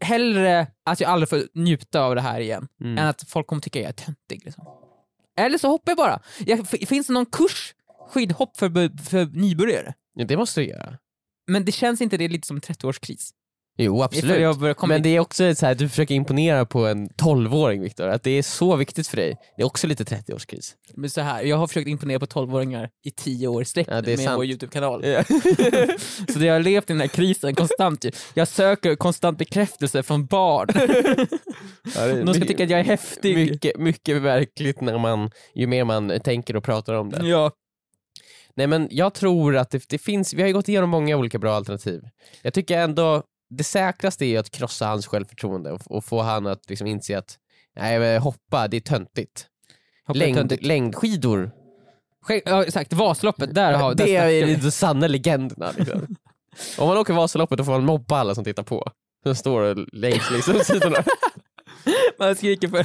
[SPEAKER 3] Hellre att jag aldrig får njuta av det här igen,
[SPEAKER 2] Mm.
[SPEAKER 3] än att folk kommer tycka jag är töntig. Liksom. Eller så hoppar jag bara. Jag, f- finns det någon kurs skidhopp för, bu- för nybörjare?
[SPEAKER 2] Ja, det måste du göra.
[SPEAKER 3] Men det känns inte det lite som 30-årskris?
[SPEAKER 2] Jo
[SPEAKER 3] Ifall
[SPEAKER 2] absolut.
[SPEAKER 3] Jag börjar komma
[SPEAKER 2] Men
[SPEAKER 3] men
[SPEAKER 2] det är också så här, du försöker imponera på en 12-åring Viktor, att det är så viktigt för dig. Det är också lite 30-årskris.
[SPEAKER 3] men så här, jag har försökt imponera på 12-åringar i 10 år i sträck
[SPEAKER 2] Ja,
[SPEAKER 3] nu
[SPEAKER 2] det är
[SPEAKER 3] med
[SPEAKER 2] sant.
[SPEAKER 3] vår YouTube-kanal.
[SPEAKER 2] Ja.
[SPEAKER 3] så jag har levt i den här krisen konstant. ju. Jag söker konstant bekräftelse från barn. De ska tycka att jag är häftig.
[SPEAKER 2] Mycket, mycket verkligt när man, ju mer man tänker och pratar om det.
[SPEAKER 3] Ja,
[SPEAKER 2] Nej men jag tror att det, det finns, vi har ju gått igenom många olika bra alternativ. Jag tycker ändå det säkraste är ju att krossa hans självförtroende och, och få han att liksom inse att nej, men hoppa, det är töntigt.
[SPEAKER 3] hoppa
[SPEAKER 2] Längd,
[SPEAKER 3] töntigt.
[SPEAKER 2] Längdskidor,
[SPEAKER 3] Sk- Ja exakt, Vasaloppet, där
[SPEAKER 2] det
[SPEAKER 3] har där snackar
[SPEAKER 2] är
[SPEAKER 3] vi.
[SPEAKER 2] de sanna legenderna. Liksom. Om man åker Vasaloppet då får man mobba alla som tittar på. Som står längst liksom sidorna.
[SPEAKER 3] Man skriker för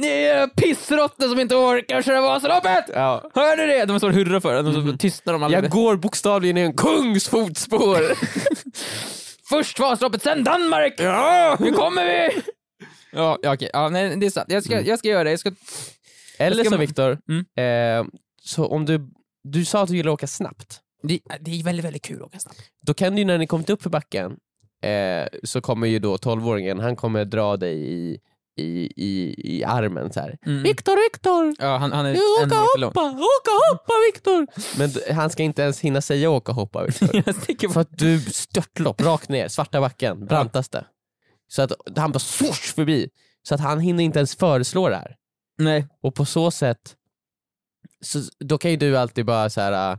[SPEAKER 3] Ni är pissråttor som inte orkar köra Vasaloppet!
[SPEAKER 2] Ja.
[SPEAKER 3] Hör ni det? De står och hurrar för den och så tystnar de alla.
[SPEAKER 2] Jag går bokstavligen i en kungs fotspår.
[SPEAKER 3] Först Vasaloppet, sen Danmark! Ja! Nu kommer vi! Ja, ja okej. Ja, nej, det är sant. Jag ska, jag ska göra det. Jag ska...
[SPEAKER 2] Eller
[SPEAKER 3] Ska
[SPEAKER 2] så
[SPEAKER 3] man-
[SPEAKER 2] Viktor,
[SPEAKER 3] Mm.
[SPEAKER 2] eh, så om du, du sa att du gillar att åka snabbt.
[SPEAKER 3] det, det är väldigt, väldigt kul att åka snabbt.
[SPEAKER 2] Då kan du ju när ni kommit upp för backen eh, så kommer ju då 12-åringen, han kommer dra dig i, i, i, i armen så här.
[SPEAKER 3] Mm.
[SPEAKER 2] Viktor, Viktor!
[SPEAKER 3] Ja, han, han är
[SPEAKER 2] Du,
[SPEAKER 3] en
[SPEAKER 2] Åka
[SPEAKER 3] meter lång.
[SPEAKER 2] hoppa, åka hoppa Viktor! Men d- han ska inte ens hinna säga åka hoppa Viktor.
[SPEAKER 3] Jag sticker på...
[SPEAKER 2] För att du störtlopp rakt ner, svarta backen, brantaste. Så att han bara swoosh förbi. Så att han hinner inte ens föreslå det här.
[SPEAKER 3] Nej.
[SPEAKER 2] Och på så sätt, så, då kan ju du alltid bara så här. äh,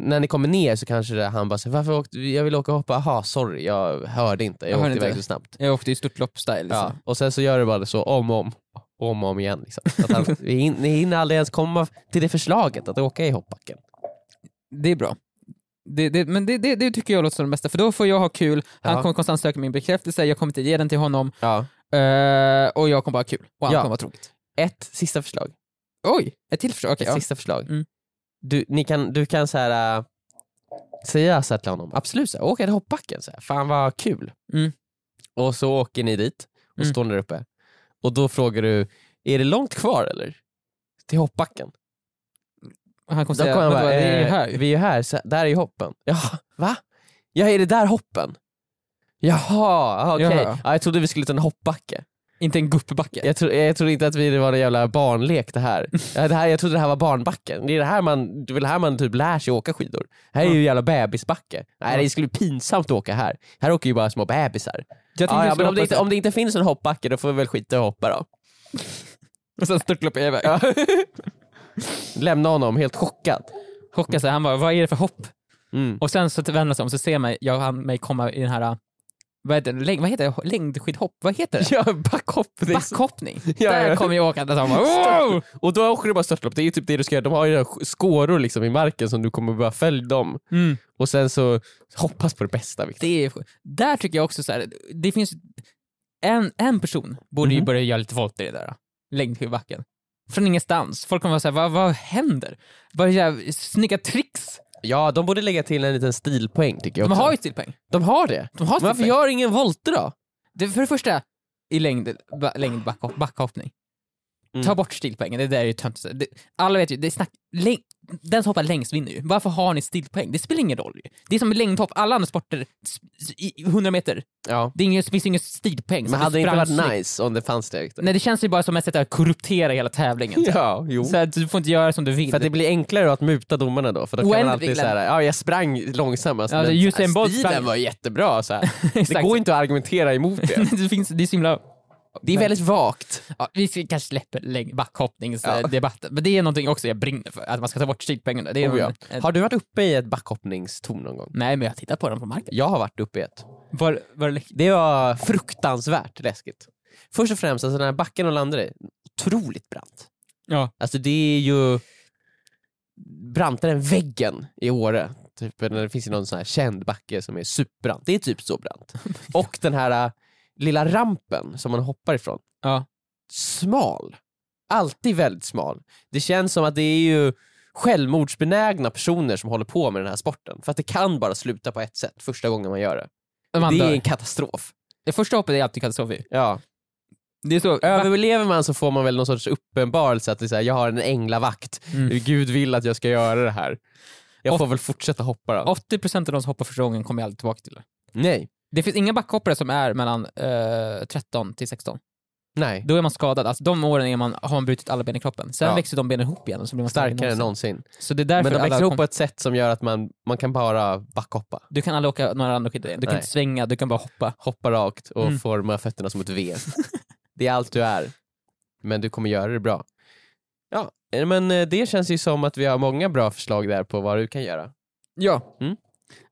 [SPEAKER 2] när ni kommer ner så kanske det, han bara säger varför åkte, jag vill åka och hoppa, aha sorry jag hörde inte, jag,
[SPEAKER 3] Jag hörde
[SPEAKER 2] åkte
[SPEAKER 3] inte.
[SPEAKER 2] iväg så snabbt.
[SPEAKER 3] Jag åkte i störtlopp-style.
[SPEAKER 2] Ja.
[SPEAKER 3] Liksom.
[SPEAKER 2] Och sen så gör du bara det så om och om, om och om igen. Liksom. Så Att han, vi hin- ni hinner aldrig ens komma till det förslaget att åka i hoppbacken.
[SPEAKER 3] Det är bra. Det, det, men det, det, det tycker jag låter som det bästa, för då får jag ha kul, han
[SPEAKER 2] Ja.
[SPEAKER 3] kommer konstant söka min bekräftelse, jag kommer inte ge den till honom,
[SPEAKER 2] Ja.
[SPEAKER 3] eh, och jag kommer bara ha kul. Och han
[SPEAKER 2] Ja.
[SPEAKER 3] kommer vara tråkigt.
[SPEAKER 2] Ett sista förslag.
[SPEAKER 3] Oj, ett till försök.
[SPEAKER 2] Ett
[SPEAKER 3] Okej, ja.
[SPEAKER 2] sista förslag.
[SPEAKER 3] Mm.
[SPEAKER 2] Du, ni kan, du kan så här, äh, säga så här till honom, absolut, så här, åka till hoppbacken, så här. fan vad kul.
[SPEAKER 3] Mm.
[SPEAKER 2] Och så åker ni dit och
[SPEAKER 3] Mm.
[SPEAKER 2] står där uppe. Och då frågar du, är det långt kvar eller? Till hoppbacken?
[SPEAKER 3] Han kommer
[SPEAKER 2] Då
[SPEAKER 3] säga,
[SPEAKER 2] kommer han
[SPEAKER 3] "Vadå,
[SPEAKER 2] bara,
[SPEAKER 3] det är ju
[SPEAKER 2] "Eh,
[SPEAKER 3] här.
[SPEAKER 2] vi är ju här, så där är ju hoppen. Ja, va? Ja, är det där hoppen? Jaha, okej.
[SPEAKER 3] Ja.
[SPEAKER 2] Ja, jag trodde vi skulle ta en hoppbacke.
[SPEAKER 3] Inte en guppbacke.
[SPEAKER 2] Jag, tro, jag trodde inte att vi, det var en jävla barnlek det här. Ja, det här. Jag trodde det här var barnbacken. Det är, det här man, det är väl här man typ lär sig åka skidor. Det här är ju en jävla bebisbacke. Nej, det skulle bli pinsamt att åka här. Här åker ju bara små bebisar.
[SPEAKER 3] Jag
[SPEAKER 2] Ja, ja, men om, det inte,
[SPEAKER 3] inte,
[SPEAKER 2] om det inte finns en hoppbacke då får vi väl skita i att hoppa då.
[SPEAKER 3] Och sen störtloppar jag iväg.
[SPEAKER 2] Ja. Lämna honom helt chockad.
[SPEAKER 3] Chockad så här, han bara, vad är det för hopp?
[SPEAKER 2] Mm.
[SPEAKER 3] Och sen så vänder han sig om så ser mig, jag och han mig komma i den här, äh, vad heter det, läng, vad heter det? längdskidhopp? Vad heter det?
[SPEAKER 2] Ja, backhopp. det är så-
[SPEAKER 3] Backhoppning.
[SPEAKER 2] Ja,
[SPEAKER 3] Där
[SPEAKER 2] ja.
[SPEAKER 3] kommer jag åkande. så han bara, wow!
[SPEAKER 2] Och då åker du bara störtlopp. Det är ju typ det du ska göra. De har ju redan skåror liksom i marken som du kommer bara följa dem.
[SPEAKER 3] Mm.
[SPEAKER 2] Och sen så hoppas på det bästa. Viktor.
[SPEAKER 3] Det är, där tycker jag också så här, det finns en, en person borde ju
[SPEAKER 2] Mhm.
[SPEAKER 3] börja göra lite volter i det där. Längdskidbacken. Från ingenstans. Folk kommer vara såhär, vad, vad händer? Bara jävla, snygga tricks.
[SPEAKER 2] Ja, de borde lägga till en liten stilpoäng tycker jag
[SPEAKER 3] De
[SPEAKER 2] också.
[SPEAKER 3] har ju stilpoäng.
[SPEAKER 2] de har det.
[SPEAKER 3] De har
[SPEAKER 2] Men varför
[SPEAKER 3] stilpoäng.
[SPEAKER 2] gör ingen volter då?
[SPEAKER 3] Det, för det första, i längd, ba, längd backhopp, backhoppning.
[SPEAKER 2] Mm.
[SPEAKER 3] Ta bort stilpoängen, det där är ju töntigt. Det- Alla vet ju, det är snack, läng, den som hoppar längst vinner ju. Varför har ni stilpoäng? Det spelar ingen roll ju. Det är som längdhopp, alla andra sporter, s- s- i- i 100 meter,
[SPEAKER 2] Ja.
[SPEAKER 3] det, är ingen, det finns ingen stilpoäng. så
[SPEAKER 2] Men hade det inte
[SPEAKER 3] sprang
[SPEAKER 2] varit
[SPEAKER 3] snyggt.
[SPEAKER 2] nice om det fanns det? Viktor?
[SPEAKER 3] Nej det känns ju bara som ett sätt att korruptera hela tävlingen.
[SPEAKER 2] Ja, jo.
[SPEAKER 3] Så att du får inte göra som du vill.
[SPEAKER 2] För att det blir enklare att muta domarna då. För då kan man
[SPEAKER 3] Oändligt
[SPEAKER 2] alltid säga ja jag sprang långsammast
[SPEAKER 3] Ja,
[SPEAKER 2] men
[SPEAKER 3] Usain Bolt
[SPEAKER 2] stilen
[SPEAKER 3] sprang-
[SPEAKER 2] var jättebra. Så här. Det
[SPEAKER 3] Exakt.
[SPEAKER 2] går inte att argumentera emot det.
[SPEAKER 3] det, finns, det är så himla...
[SPEAKER 2] Det är väldigt vagt.
[SPEAKER 3] Ja, vi ska kanske släppa läng- backhoppningsdebatten, men det är någonting också jag brinner för, att man ska ta bort stilpengarna. Det är
[SPEAKER 2] Oh, ja.
[SPEAKER 3] en- en-
[SPEAKER 2] Har du varit uppe i ett backhoppningstorn någon gång?
[SPEAKER 3] Nej, men jag tittar på dem på marken.
[SPEAKER 2] Jag har varit uppe i ett.
[SPEAKER 3] Var, var det
[SPEAKER 2] Det var fruktansvärt läskigt. Först och främst, alltså den här backen de landar i, otroligt brant.
[SPEAKER 3] Ja.
[SPEAKER 2] Alltså det är ju brantare än väggen i Åre. Typ, när det finns ju någon sån här känd backe som är superbrant. Det är typ så brant. Och den här äh, lilla rampen som man hoppar ifrån.
[SPEAKER 3] Ja.
[SPEAKER 2] Smal. Alltid väldigt smal. Det känns som att det är ju självmordsbenägna personer som håller på med den här sporten. För att det kan bara sluta på ett sätt första gången man gör det.
[SPEAKER 3] Man
[SPEAKER 2] det är
[SPEAKER 3] dör.
[SPEAKER 2] en katastrof.
[SPEAKER 3] Det första hoppet är alltid katastrof ju.
[SPEAKER 2] Ja.
[SPEAKER 3] Det är så...
[SPEAKER 2] Överlever man så får man väl någon sorts uppenbarelse att det är så här, jag har en änglavakt,
[SPEAKER 3] Mm.
[SPEAKER 2] Gud vill att jag ska göra det här. Jag
[SPEAKER 3] Och-
[SPEAKER 2] får väl fortsätta hoppa då.
[SPEAKER 3] 80% av de som hoppar första gången kommer jag aldrig tillbaka till.
[SPEAKER 2] Nej.
[SPEAKER 3] Det finns inga backhoppare som är mellan eh, 13 till 16.
[SPEAKER 2] Nej.
[SPEAKER 3] Då är man skadad. Alltså, de åren är man, har man brutit alla ben i kroppen. Sen
[SPEAKER 2] Ja.
[SPEAKER 3] växer de benen ihop igen och så blir man
[SPEAKER 2] Starkare än någonsin.
[SPEAKER 3] Så det är därför
[SPEAKER 2] Men de
[SPEAKER 3] alla
[SPEAKER 2] växer ihop
[SPEAKER 3] kom-
[SPEAKER 2] på ett sätt som gör att man, man kan bara backhoppa.
[SPEAKER 3] Du kan aldrig åka några andra skidor igen. Du kan
[SPEAKER 2] Nej.
[SPEAKER 3] inte svänga, du kan bara hoppa.
[SPEAKER 2] Hoppa rakt och
[SPEAKER 3] Mm.
[SPEAKER 2] forma fötterna som ett V. det är allt du är. Men du kommer göra det bra. Ja, eh, men eh, det känns ju som att vi har många bra förslag där på vad du kan göra.
[SPEAKER 3] Ja.
[SPEAKER 2] Mm.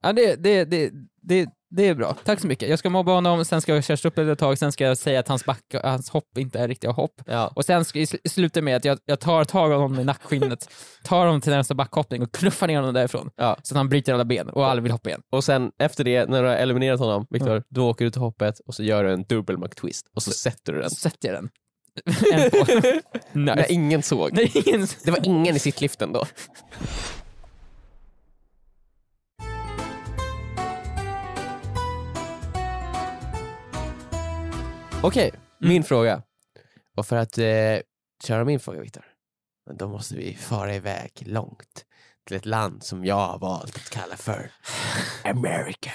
[SPEAKER 3] ja det, det, det, det, det är bra. Tack så mycket. Jag ska mobba honom, sen ska jag köra upp ett tag, sen ska jag säga att hans, back, hans hopp inte är riktiga hopp.
[SPEAKER 2] Ja.
[SPEAKER 3] Och sen ska jag sl- sluta med att jag, jag tar tag om honom i nackskinnet, tar honom till närmsta backhoppning och knuffar ner honom därifrån.
[SPEAKER 2] Ja.
[SPEAKER 3] Så att han bryter alla ben och aldrig vill hoppa igen.
[SPEAKER 2] Och sen efter det, när du har eliminerat honom, Viktor, då åker du till hoppet och så gör du en dubbel McTwist och så sätter du den.
[SPEAKER 3] Mm. Så sätter jag den. en på. Nice.
[SPEAKER 2] När ingen såg.
[SPEAKER 3] Nej, ingen...
[SPEAKER 2] Det var ingen i sittliften då. Okej, min fråga. Och för att eh, köra min fråga Viktor, då måste vi fara iväg långt till ett land som jag har valt att kalla för Amerika.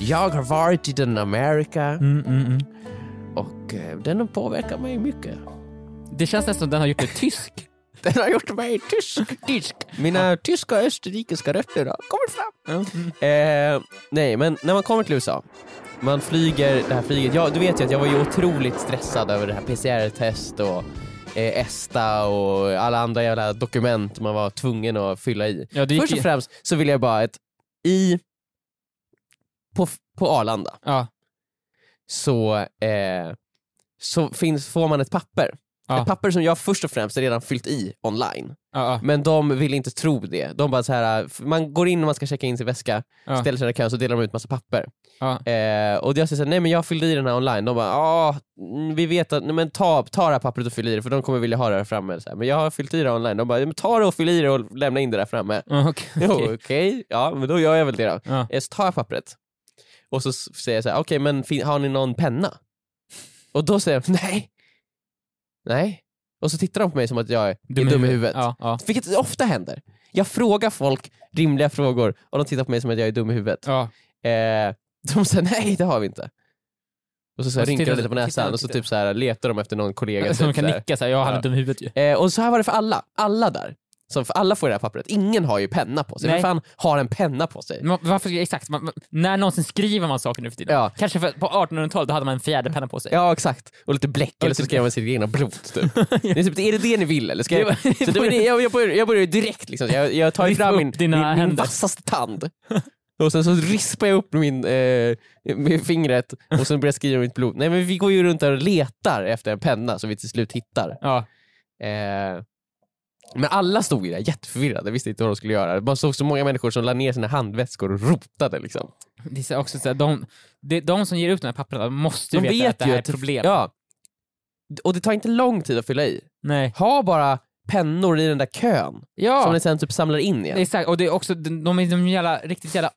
[SPEAKER 2] Jag har varit i den Amerika
[SPEAKER 3] Mm, mm, mm.
[SPEAKER 2] och eh, den har påverkat mig mycket.
[SPEAKER 3] Det känns nästan som den har gjort dig tysk.
[SPEAKER 2] Den har gjort mig tysk.
[SPEAKER 3] tysk.
[SPEAKER 2] Mina tyska och österrikiska rötter har kommit fram. Eh, nej, men när man kommer till USA, man flyger det här flyget. Ja, du vet ju att jag var ju otroligt stressad över det här PCR-test och eh, ESTA och alla andra jävla dokument man var tvungen att fylla i.
[SPEAKER 3] Ja, det gick
[SPEAKER 2] Först och
[SPEAKER 3] i-
[SPEAKER 2] främst så vill jag bara att i, på, på Arlanda
[SPEAKER 3] Ja.
[SPEAKER 2] så, eh, så finns, får man ett papper.
[SPEAKER 3] Ja.
[SPEAKER 2] Ett papper som jag först och främst redan fyllt i online.
[SPEAKER 3] Ja,
[SPEAKER 2] Men de vill inte tro det. De bara så här, f- man går in och man ska checka in sin väska,
[SPEAKER 3] Ja.
[SPEAKER 2] ställer sig i kön så delar de ut massa papper.
[SPEAKER 3] ja,
[SPEAKER 2] Eh, och jag säger så här, nej men jag fyllde i den här online. De bara, ah, mm, vi vet att, nej, men ta, ta det här pappret och fyll i det för de kommer vilja ha det här framme. Så här, men jag har fyllt i det online. De bara, men ta det och fyll i det och lämna in det där framme.
[SPEAKER 3] ja. Okej.
[SPEAKER 2] Jo, Okej, ja men då gör jag väl det då.
[SPEAKER 3] Ja.
[SPEAKER 2] Eh, Så tar jag pappret och så s- säger jag så här, okej men fin- har ni någon penna? Och då säger de, nej. Nej. Och så tittar de på mig som att jag är dum i huvudet.
[SPEAKER 3] Ja, ja.
[SPEAKER 2] Vilket ofta händer. Jag frågar folk rimliga frågor och de tittar på mig som att jag är dum i huvudet.
[SPEAKER 3] Ja.
[SPEAKER 2] Eh, De sa nej, det har vi inte. Och så, så här,
[SPEAKER 3] Och
[SPEAKER 2] rynkar
[SPEAKER 3] så
[SPEAKER 2] de
[SPEAKER 3] Alltså,
[SPEAKER 2] lite på
[SPEAKER 3] tittar- tittar de
[SPEAKER 2] näsan och så
[SPEAKER 3] lite.
[SPEAKER 2] typ så här, letar de efter någon kollega.
[SPEAKER 3] Så de
[SPEAKER 2] typ
[SPEAKER 3] Alltså,
[SPEAKER 2] så
[SPEAKER 3] kan
[SPEAKER 2] här.
[SPEAKER 3] nicka såhär, jag hade
[SPEAKER 2] Ja.
[SPEAKER 3] dum i huvudet ju.
[SPEAKER 2] Eh, och så här var det för alla. Alla där. Som för alla får det här pappret. Ingen har ju penna på sig.
[SPEAKER 3] Nej. Mm.
[SPEAKER 2] Vem fan har en penna på sig?
[SPEAKER 3] Men Varför, exakt, man, man- när någonsin skriver man saker nu för tiden?
[SPEAKER 2] Ja.
[SPEAKER 3] Kanske för, på 1800-talet då hade man en fjäderpenna på sig.
[SPEAKER 2] Ja exakt, och lite bläck eller så
[SPEAKER 3] lite
[SPEAKER 2] skrev man sitt egna blod typ. Det är, typ. är det det ni vill eller? Ska
[SPEAKER 3] Det var-
[SPEAKER 2] jag... Så det var det, jag, jag, började, jag började direkt liksom. jag, jag tar ju
[SPEAKER 3] Rispa
[SPEAKER 2] fram
[SPEAKER 3] upp
[SPEAKER 2] min,
[SPEAKER 3] dina
[SPEAKER 2] min, min
[SPEAKER 3] händer.
[SPEAKER 2] vassaste tand och sen så rispar jag upp min, eh, med fingret och sen börjar jag skriva mitt blod. Nej men vi går ju runt där och letar efter en penna som vi till slut hittar.
[SPEAKER 3] Ja.
[SPEAKER 2] Eh, men alla stod ju där jätteförvirrade, visste inte vad de skulle göra. Man såg så många människor som la ner sina handväskor och rotade liksom.
[SPEAKER 3] Det är så här också såhär, de, de, de som ger ut de här papperna måste ju
[SPEAKER 2] De
[SPEAKER 3] veta
[SPEAKER 2] vet
[SPEAKER 3] att det
[SPEAKER 2] ju
[SPEAKER 3] här är
[SPEAKER 2] att-
[SPEAKER 3] ett problem.
[SPEAKER 2] Ja. Och det tar inte lång tid att fylla i.
[SPEAKER 3] Nej.
[SPEAKER 2] Ha bara pennor i den där kön som
[SPEAKER 3] Ja,
[SPEAKER 2] ni sen typ samlar in igen.
[SPEAKER 3] exakt. Och det är också, de, de är de jävla, riktigt jävla,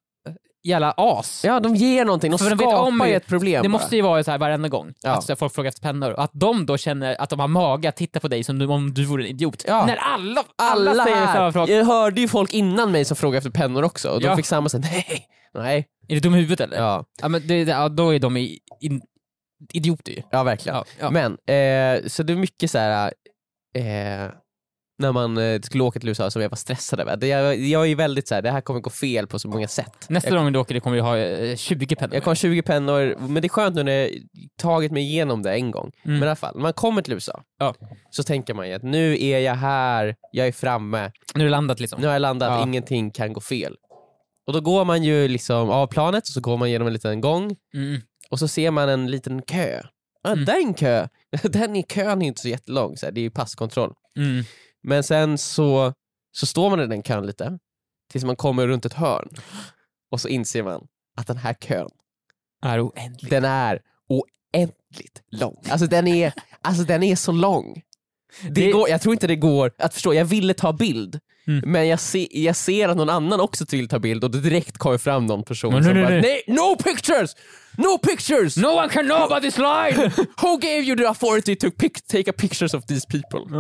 [SPEAKER 3] jävla as.
[SPEAKER 2] Ja, de ger någonting. De
[SPEAKER 3] För de vet
[SPEAKER 2] skapar
[SPEAKER 3] om
[SPEAKER 2] ju
[SPEAKER 3] ju-
[SPEAKER 2] ett problem
[SPEAKER 3] Det
[SPEAKER 2] bara.
[SPEAKER 3] måste ju vara så här varenda gång,
[SPEAKER 2] Ja.
[SPEAKER 3] att så här folk frågar efter pennor. Och att de då känner att de har mage att titta på dig som om du vore en idiot.
[SPEAKER 2] Ja.
[SPEAKER 3] När alla, alla,
[SPEAKER 2] Alla
[SPEAKER 3] säger samma
[SPEAKER 2] här.
[SPEAKER 3] fråga.
[SPEAKER 2] Jag hörde ju folk innan mig som frågade efter pennor också och de
[SPEAKER 3] Ja.
[SPEAKER 2] fick samma sak. Nej. Nej.
[SPEAKER 3] Är du dum i huvudet eller?
[SPEAKER 2] Ja.
[SPEAKER 3] Ja, men det, det- ja, då är de i, in, idioter ju.
[SPEAKER 2] ja, verkligen.
[SPEAKER 3] Ja, ja.
[SPEAKER 2] Men, eh, så det är mycket så här eh, när man eh, skulle åka till USA som jag var stressad över. Det- Jag, jag är ju väldigt så här, det här kommer gå fel på så många sätt.
[SPEAKER 3] Nästa
[SPEAKER 2] jag,
[SPEAKER 3] gång du åker du kommer du ha eh, 20 pennor.
[SPEAKER 2] jag kom 20 pennor, men det är skönt nu när jag tagit mig igenom det en gång.
[SPEAKER 3] Mm.
[SPEAKER 2] Men i alla fall, när man kommer till USA
[SPEAKER 3] Ja.
[SPEAKER 2] så tänker man ju att nu är jag här, jag är framme,
[SPEAKER 3] Nu har du landat liksom.
[SPEAKER 2] nu har jag landat,
[SPEAKER 3] Ja.
[SPEAKER 2] ingenting kan gå fel. Och då går man ju liksom av planet och så går man genom en liten gång
[SPEAKER 3] Mm.
[SPEAKER 2] och så ser man en liten kö. Ah,
[SPEAKER 3] Mm.
[SPEAKER 2] Den kö, den i kön är inte så jättelång, så här, det är ju passkontroll.
[SPEAKER 3] Mm.
[SPEAKER 2] Men sen så, så står man i den kön lite, tills man kommer runt ett hörn. Och så inser man att den här kön,
[SPEAKER 3] Är oändlig.
[SPEAKER 2] den är oändligt lång. Alltså den är, alltså, den är så lång. Det
[SPEAKER 3] Det-
[SPEAKER 2] går, jag tror inte det går att förstå, jag ville ta bild,
[SPEAKER 3] Mm.
[SPEAKER 2] men jag, se, jag ser att någon annan också vill ta bild och det direkt kommer fram någon person
[SPEAKER 3] Men
[SPEAKER 2] som
[SPEAKER 3] nu, nu,
[SPEAKER 2] bara
[SPEAKER 3] nu.
[SPEAKER 2] Nej, no pictures! No pictures!
[SPEAKER 3] No one can know about this line!
[SPEAKER 2] Who gave you the authority to pic- take a pictures of these people?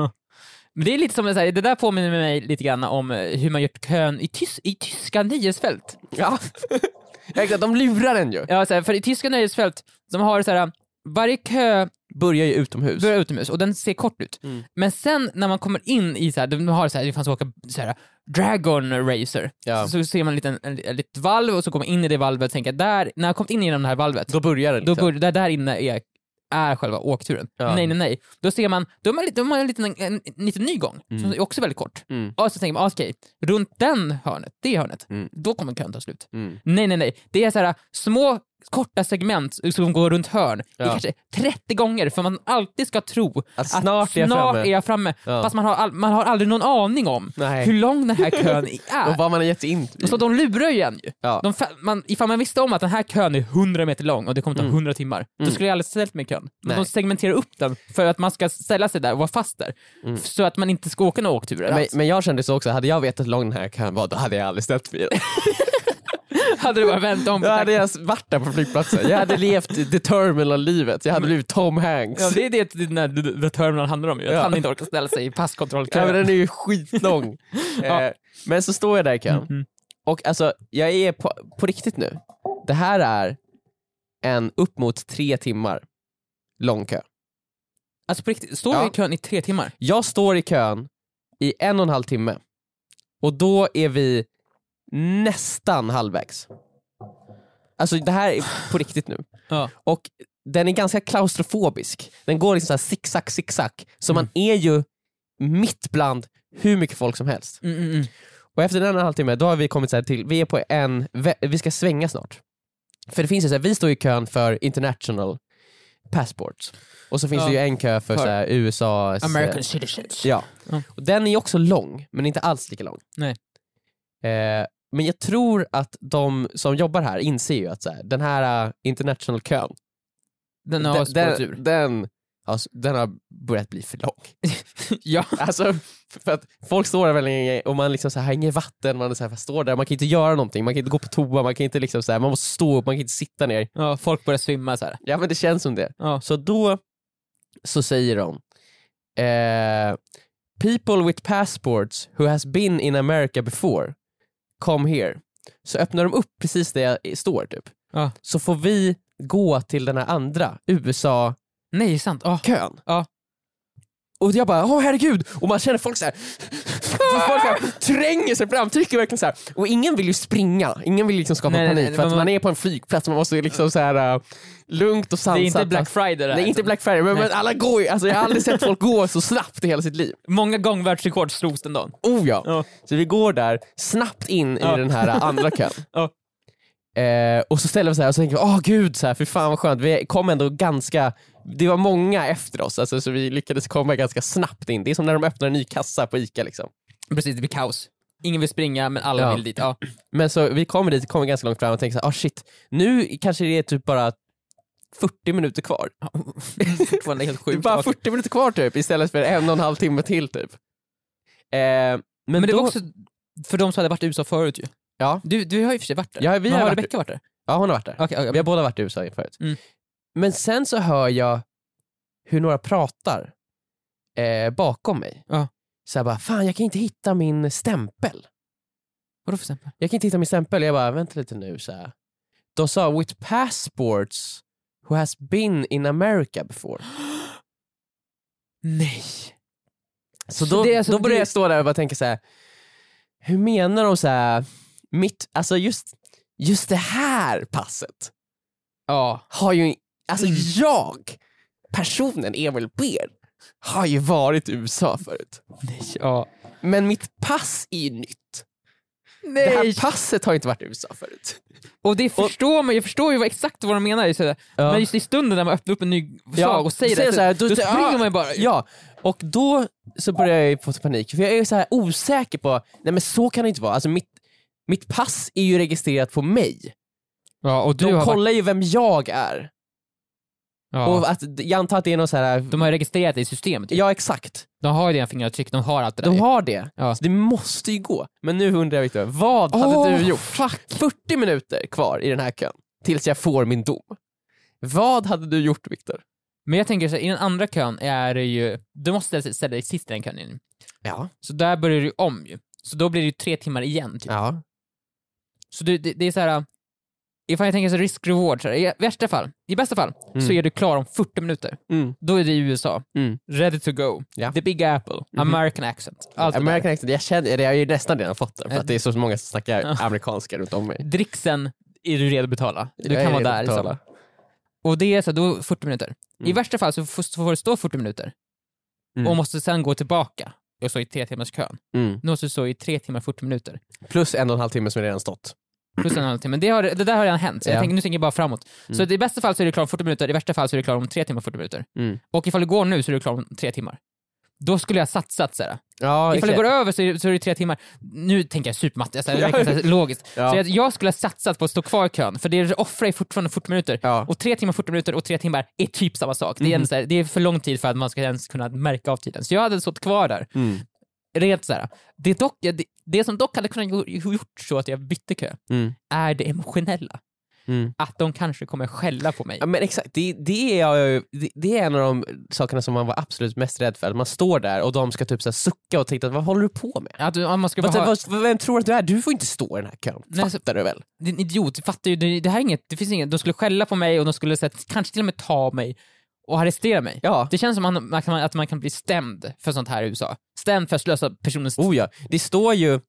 [SPEAKER 3] Men det är lite som, en så här, det där påminner mig lite grann om eh, hur man gjort kön i, tys i tyska nöjesfält.
[SPEAKER 2] Ja. Exakt, de lurar en ju.
[SPEAKER 3] Ja, så här, för i tyska nöjesfält, de har så här, varje kö
[SPEAKER 2] Börjar ju utomhus.
[SPEAKER 3] börjar utomhus och den ser kort ut.
[SPEAKER 2] Mm.
[SPEAKER 3] Men sen när man kommer in i så här, de har så här, det fanns åka så här, Dragon Racer.
[SPEAKER 2] Ja.
[SPEAKER 3] Så, så ser man en liten, en, en litet valv och så går man in i det valvet och tänker, där, när jag kommit in genom det här valvet,
[SPEAKER 2] Då börjar det.
[SPEAKER 3] då
[SPEAKER 2] Liksom.
[SPEAKER 3] börjar, där, där inne är, är själva åkturen.
[SPEAKER 2] Ja.
[SPEAKER 3] Nej, nej, nej. Då ser man, då har man, lite- då har man en, liten, en, en, liten ny gång, som är också väldigt kort.
[SPEAKER 2] Mm.
[SPEAKER 3] Och så tänker man, ah, okej, runt den hörnet, det hörnet,
[SPEAKER 2] Mm.
[SPEAKER 3] då kommer kön ta slut.
[SPEAKER 2] Mm.
[SPEAKER 3] Nej, nej, nej. Det är så här äh, små korta segment som går runt hörn. Det
[SPEAKER 2] Ja.
[SPEAKER 3] är kanske 30 gånger för man alltid ska tro
[SPEAKER 2] Att snart är jag
[SPEAKER 3] snart
[SPEAKER 2] framme.
[SPEAKER 3] är jag framme.
[SPEAKER 2] Ja.
[SPEAKER 3] Fast man har, all, man har aldrig någon aning om
[SPEAKER 2] Nej.
[SPEAKER 3] hur lång den här kön
[SPEAKER 2] Och
[SPEAKER 3] är.
[SPEAKER 2] vad man har gett sig in i.
[SPEAKER 3] Och så de lurar ju en ju.
[SPEAKER 2] Ja.
[SPEAKER 3] De, fa- man, ifall man visste om att den här kön är 100 meter lång och det kommer ta 100 timmar, då skulle jag aldrig ställt mig i kön. Men
[SPEAKER 2] Mm. Nej.
[SPEAKER 3] de segmenterar upp den för att man ska ställa sig där och vara fast där. F- Så att man inte ska åka några åkturer
[SPEAKER 2] Mm. Men,
[SPEAKER 3] alls.
[SPEAKER 2] men jag kände så också, hade jag vetat hur lång den här kön var, då hade jag aldrig ställt mig i den.
[SPEAKER 3] Hade det bara vänt om på
[SPEAKER 2] Då hade
[SPEAKER 3] taxin.
[SPEAKER 2] jag varit där på flygplatsen. Jag hade levt the terminal livet. Jag hade blivit Tom Hanks.
[SPEAKER 3] Ja, det är det den här The- The Terminal handlar om ju, att
[SPEAKER 2] Ja.
[SPEAKER 3] han inte orkar ställa sig i
[SPEAKER 2] Ja, men
[SPEAKER 3] passkontrollkön.
[SPEAKER 2] den är ju skitlång.
[SPEAKER 3] Ja.
[SPEAKER 2] eh, men så står jag där i kön.
[SPEAKER 3] Mhm.
[SPEAKER 2] Och alltså, jag är på, på riktigt nu. Det här är en upp mot tre timmar lång kö.
[SPEAKER 3] Alltså på riktigt, står
[SPEAKER 2] Ja.
[SPEAKER 3] vi i kön i tre timmar?
[SPEAKER 2] Jag står i kön i en och en halv timme och då är vi nästan halvvägs. Alltså det här är på riktigt nu.
[SPEAKER 3] Ja.
[SPEAKER 2] Och den är ganska klaustrofobisk. Den går liksom så här zigzag, zigzag. Så man är ju mitt bland hur mycket folk som helst.
[SPEAKER 3] Mm, mm, mm.
[SPEAKER 2] Och efter den och en halv timme, då har vi kommit så här till, vi är på en, vä- vi ska svänga snart. För det finns ju så här, vi står i kön för international passports. Och så finns
[SPEAKER 3] Ja.
[SPEAKER 2] det ju en kö för,
[SPEAKER 3] För-
[SPEAKER 2] så här, USAs... eh,
[SPEAKER 3] American citizens.
[SPEAKER 2] Ja.
[SPEAKER 3] Ja.
[SPEAKER 2] Och den är också lång, men inte alls lika lång.
[SPEAKER 3] Nej.
[SPEAKER 2] Eh, men jag tror att de som jobbar här inser ju att så här, den här eh, international kön,
[SPEAKER 3] Den har
[SPEAKER 2] den,
[SPEAKER 3] spårat ur.
[SPEAKER 2] den, den, alltså, den har börjat bli för lång.
[SPEAKER 3] Ja.
[SPEAKER 2] Alltså, för att folk står där väldigt länge och man liksom så här, har inget vatten, man är så här, står där, man kan inte göra någonting, man kan inte gå på toa, man kan inte liksom så här, man måste stå upp, man kan inte sitta ner.
[SPEAKER 3] ja, folk börjar svimma så här.
[SPEAKER 2] Ja men det känns som det.
[SPEAKER 3] Ja.
[SPEAKER 2] Så då så säger de eh, People with passports who has been in America before come here. Så öppnar de upp precis där jag står typ.
[SPEAKER 3] Ja.
[SPEAKER 2] så får vi gå till den här andra USA-kön.
[SPEAKER 3] Nej, sant. Ah. Ja.
[SPEAKER 2] Och jag bara, åh herregud! Och man känner folk så här, folk så här tränger sig fram, trycker verkligen så här. Och ingen vill ju springa, ingen vill liksom skapa
[SPEAKER 3] Nej, nej,
[SPEAKER 2] panik
[SPEAKER 3] nej,
[SPEAKER 2] för att man,
[SPEAKER 3] men man-
[SPEAKER 2] är på en flygplats, man måste ju liksom så här äh, lugnt och
[SPEAKER 3] Det
[SPEAKER 2] sansat.
[SPEAKER 3] är inte Black Friday alltså. det här.
[SPEAKER 2] Nej, inte Black Friday, men,
[SPEAKER 3] Nej.
[SPEAKER 2] men alla går ju, alltså jag har aldrig sett folk gå så snabbt i hela sitt liv.
[SPEAKER 3] Många gångvärldsrekord slogs den dagen.
[SPEAKER 2] Oh ja.
[SPEAKER 3] Ja.
[SPEAKER 2] Så vi går där snabbt in
[SPEAKER 3] Ja.
[SPEAKER 2] i den här andra kön.
[SPEAKER 3] Ja.
[SPEAKER 2] Eh, och så ställer vi så här och så tänker vi, åh gud, så här, för fan vad skönt. Vi kom ändå ganska, det var många efter oss, alltså, så vi lyckades komma ganska snabbt in. Det är som när de öppnar en ny kassa på ICA. Liksom.
[SPEAKER 3] Precis, det blir kaos. Ingen vill springa men alla
[SPEAKER 2] Ja.
[SPEAKER 3] vill dit. Ja.
[SPEAKER 2] Men så vi kommer dit, kommer ganska långt fram och tänker så här, ah shit, nu kanske det är typ bara 40 minuter kvar.
[SPEAKER 3] Fortfarande helt
[SPEAKER 2] Det är
[SPEAKER 3] sjukt.
[SPEAKER 2] bara 40 minuter kvar typ, istället för en och en halv timme till typ. Eh, men
[SPEAKER 3] men det
[SPEAKER 2] då,
[SPEAKER 3] var också för de som hade varit i USA förut ju.
[SPEAKER 2] Ja.
[SPEAKER 3] Du, du har ju för sig varit där.
[SPEAKER 2] Ja, vi
[SPEAKER 3] Men
[SPEAKER 2] har
[SPEAKER 3] har
[SPEAKER 2] varit-
[SPEAKER 3] Rebecka varit där?
[SPEAKER 2] Ja hon har varit där.
[SPEAKER 3] Okej, okej.
[SPEAKER 2] Vi har båda varit i USA förut.
[SPEAKER 3] Mm.
[SPEAKER 2] Men sen så hör jag hur några pratar eh, bakom mig.
[SPEAKER 3] Ja.
[SPEAKER 2] Så jag bara, fan jag kan inte hitta min stämpel.
[SPEAKER 3] Vadå för exempel?
[SPEAKER 2] Jag kan inte hitta min stämpel. Jag bara, vänta lite nu. Så här. De sa, with passports who has been in America before.
[SPEAKER 3] Nej.
[SPEAKER 2] Så
[SPEAKER 3] Så
[SPEAKER 2] då,
[SPEAKER 3] det är alltså-
[SPEAKER 2] då började
[SPEAKER 3] det-
[SPEAKER 2] jag stå där och bara tänka så här. hur menar de så här, mitt, alltså just, just det här passet
[SPEAKER 3] Ja.
[SPEAKER 2] har ju, alltså
[SPEAKER 3] Mm.
[SPEAKER 2] jag, personen Emil Beer, har ju varit i USA förut.
[SPEAKER 3] Nej. Ja.
[SPEAKER 2] Men mitt pass är ju nytt.
[SPEAKER 3] Nej.
[SPEAKER 2] Det här passet har inte varit i USA förut.
[SPEAKER 3] Och det förstår man, jag förstår ju vad, exakt vad de menar. Just det.
[SPEAKER 2] Ja.
[SPEAKER 3] Men just i stunden när man öppnar upp en ny sak och säger det,
[SPEAKER 2] så här,
[SPEAKER 3] då, springer man ju bara.
[SPEAKER 2] Ja, och då så börjar jag ju få panik, för jag är ju så här osäker på, nej men så kan det inte vara. Alltså mitt, mitt pass är ju registrerat på mig.
[SPEAKER 3] Ja, och du
[SPEAKER 2] De
[SPEAKER 3] har varit,
[SPEAKER 2] kollar ju vem jag är.
[SPEAKER 3] ja.
[SPEAKER 2] Och att, jag antar att det är någon så här,
[SPEAKER 3] de har ju registrerat det i systemet. ju.
[SPEAKER 2] ja exakt,
[SPEAKER 3] De har ju dina fingeravtryck, de har allt det där.
[SPEAKER 2] de
[SPEAKER 3] ju.
[SPEAKER 2] har det.
[SPEAKER 3] Ja.
[SPEAKER 2] Så Alltså, det måste ju gå. Men nu undrar jag Victor, vad hade
[SPEAKER 3] Åh,
[SPEAKER 2] du gjort? 40 minuter kvar i den här kön tills jag får min dom. Vad hade du gjort Victor?
[SPEAKER 3] Men jag tänker så här, i den andra kön är det ju, du måste ställa dig sist i den kön. ju.
[SPEAKER 2] Ja.
[SPEAKER 3] Så där börjar du om ju. Så då blir det ju tre timmar igen. Typ.
[SPEAKER 2] ja.
[SPEAKER 3] Så det, det, det är så här. äh, ifall jag tänker så här, risk-reward, så här, i värsta fall, i bästa fall, så
[SPEAKER 2] Mm.
[SPEAKER 3] är du klar om 40 minuter.
[SPEAKER 2] Mm.
[SPEAKER 3] Då är det i USA.
[SPEAKER 2] Mm.
[SPEAKER 3] Ready to go.
[SPEAKER 2] Ja. Mhm.
[SPEAKER 3] The big apple. American accent. Allt det där.
[SPEAKER 2] American accent, jag, känner, jag har ju nästan redan fått den för
[SPEAKER 3] Äh,
[SPEAKER 2] att det är så många som snackar
[SPEAKER 3] Ja.
[SPEAKER 2] amerikanska runt om mig.
[SPEAKER 3] Dricksen är du redo att betala. Du
[SPEAKER 2] Jag är
[SPEAKER 3] kan vara
[SPEAKER 2] redo att
[SPEAKER 3] där. Liksom.
[SPEAKER 2] betala.
[SPEAKER 3] Och det är så här, då 40 minuter. I
[SPEAKER 2] Mm.
[SPEAKER 3] värsta fall så får, så får du stå 40 minuter
[SPEAKER 2] Mm.
[SPEAKER 3] och måste sen gå tillbaka och stå i tre timmars kön.
[SPEAKER 2] Mm.
[SPEAKER 3] Nu måste du stå i tre timmar 40 minuter.
[SPEAKER 2] Plus en och en halv timme som jag redan stått.
[SPEAKER 3] Plus en och en halv timme. Men det, har, det där har redan hänt, så jag
[SPEAKER 2] Ja.
[SPEAKER 3] tänker, nu tänker jag bara framåt. Så i bästa fall så är du klar om 40 minuter, i värsta fall så är du klar om tre timmar 40 minuter.
[SPEAKER 2] Mm.
[SPEAKER 3] Och ifall du går nu så är du klar om tre timmar. Då skulle jag satsat såhär.
[SPEAKER 2] Ja,
[SPEAKER 3] Ifall
[SPEAKER 2] exakt.
[SPEAKER 3] du går över så är, så är det tre timmar. Nu tänker jag supermatte, såhär, det
[SPEAKER 2] Ja.
[SPEAKER 3] verkar såhär logiskt.
[SPEAKER 2] Ja.
[SPEAKER 3] Så jag, jag skulle ha satsat på att stå kvar i kön, för det offrar ju fortfarande 40 minuter.
[SPEAKER 2] Ja. Mhm.
[SPEAKER 3] Och tre timmar 40 minuter och tre timmar är typ samma sak. Det, är en, så här, det är för lång tid för att man ska ens kunna märka av tiden. Så jag hade stått kvar där.
[SPEAKER 2] Mm.
[SPEAKER 3] Rent så här, det, dock, det, det som dock hade kunnat gjo- gjort så att jag bytte kö,
[SPEAKER 2] Mm.
[SPEAKER 3] är det emotionella.
[SPEAKER 2] Mm.
[SPEAKER 3] Att de kanske kommer skälla på mig.
[SPEAKER 2] Ja, men exakt, det, det, är jag, ju- det, det är en av de sakerna som man var absolut mest rädd för. Att man står där och de ska typ så här sucka och tänka vad håller du på med?
[SPEAKER 3] Att du- om man ska bara
[SPEAKER 2] Vad,
[SPEAKER 3] ha,
[SPEAKER 2] vad, vem tror att du är? Du får inte stå i den här kön.
[SPEAKER 3] Nej, så-
[SPEAKER 2] Fattar du väl?
[SPEAKER 3] din idiot, du fattar ju, det, det här är inget, det finns inget, de skulle skälla på mig och de skulle så här, kanske till och med ta mig och arrestera mig.
[SPEAKER 2] Ja.
[SPEAKER 3] Det känns som att man, man kan, att man kan bli stämd för sånt här i USA. Stämd för att slösa personens tid.
[SPEAKER 2] Oh ja. Det står ju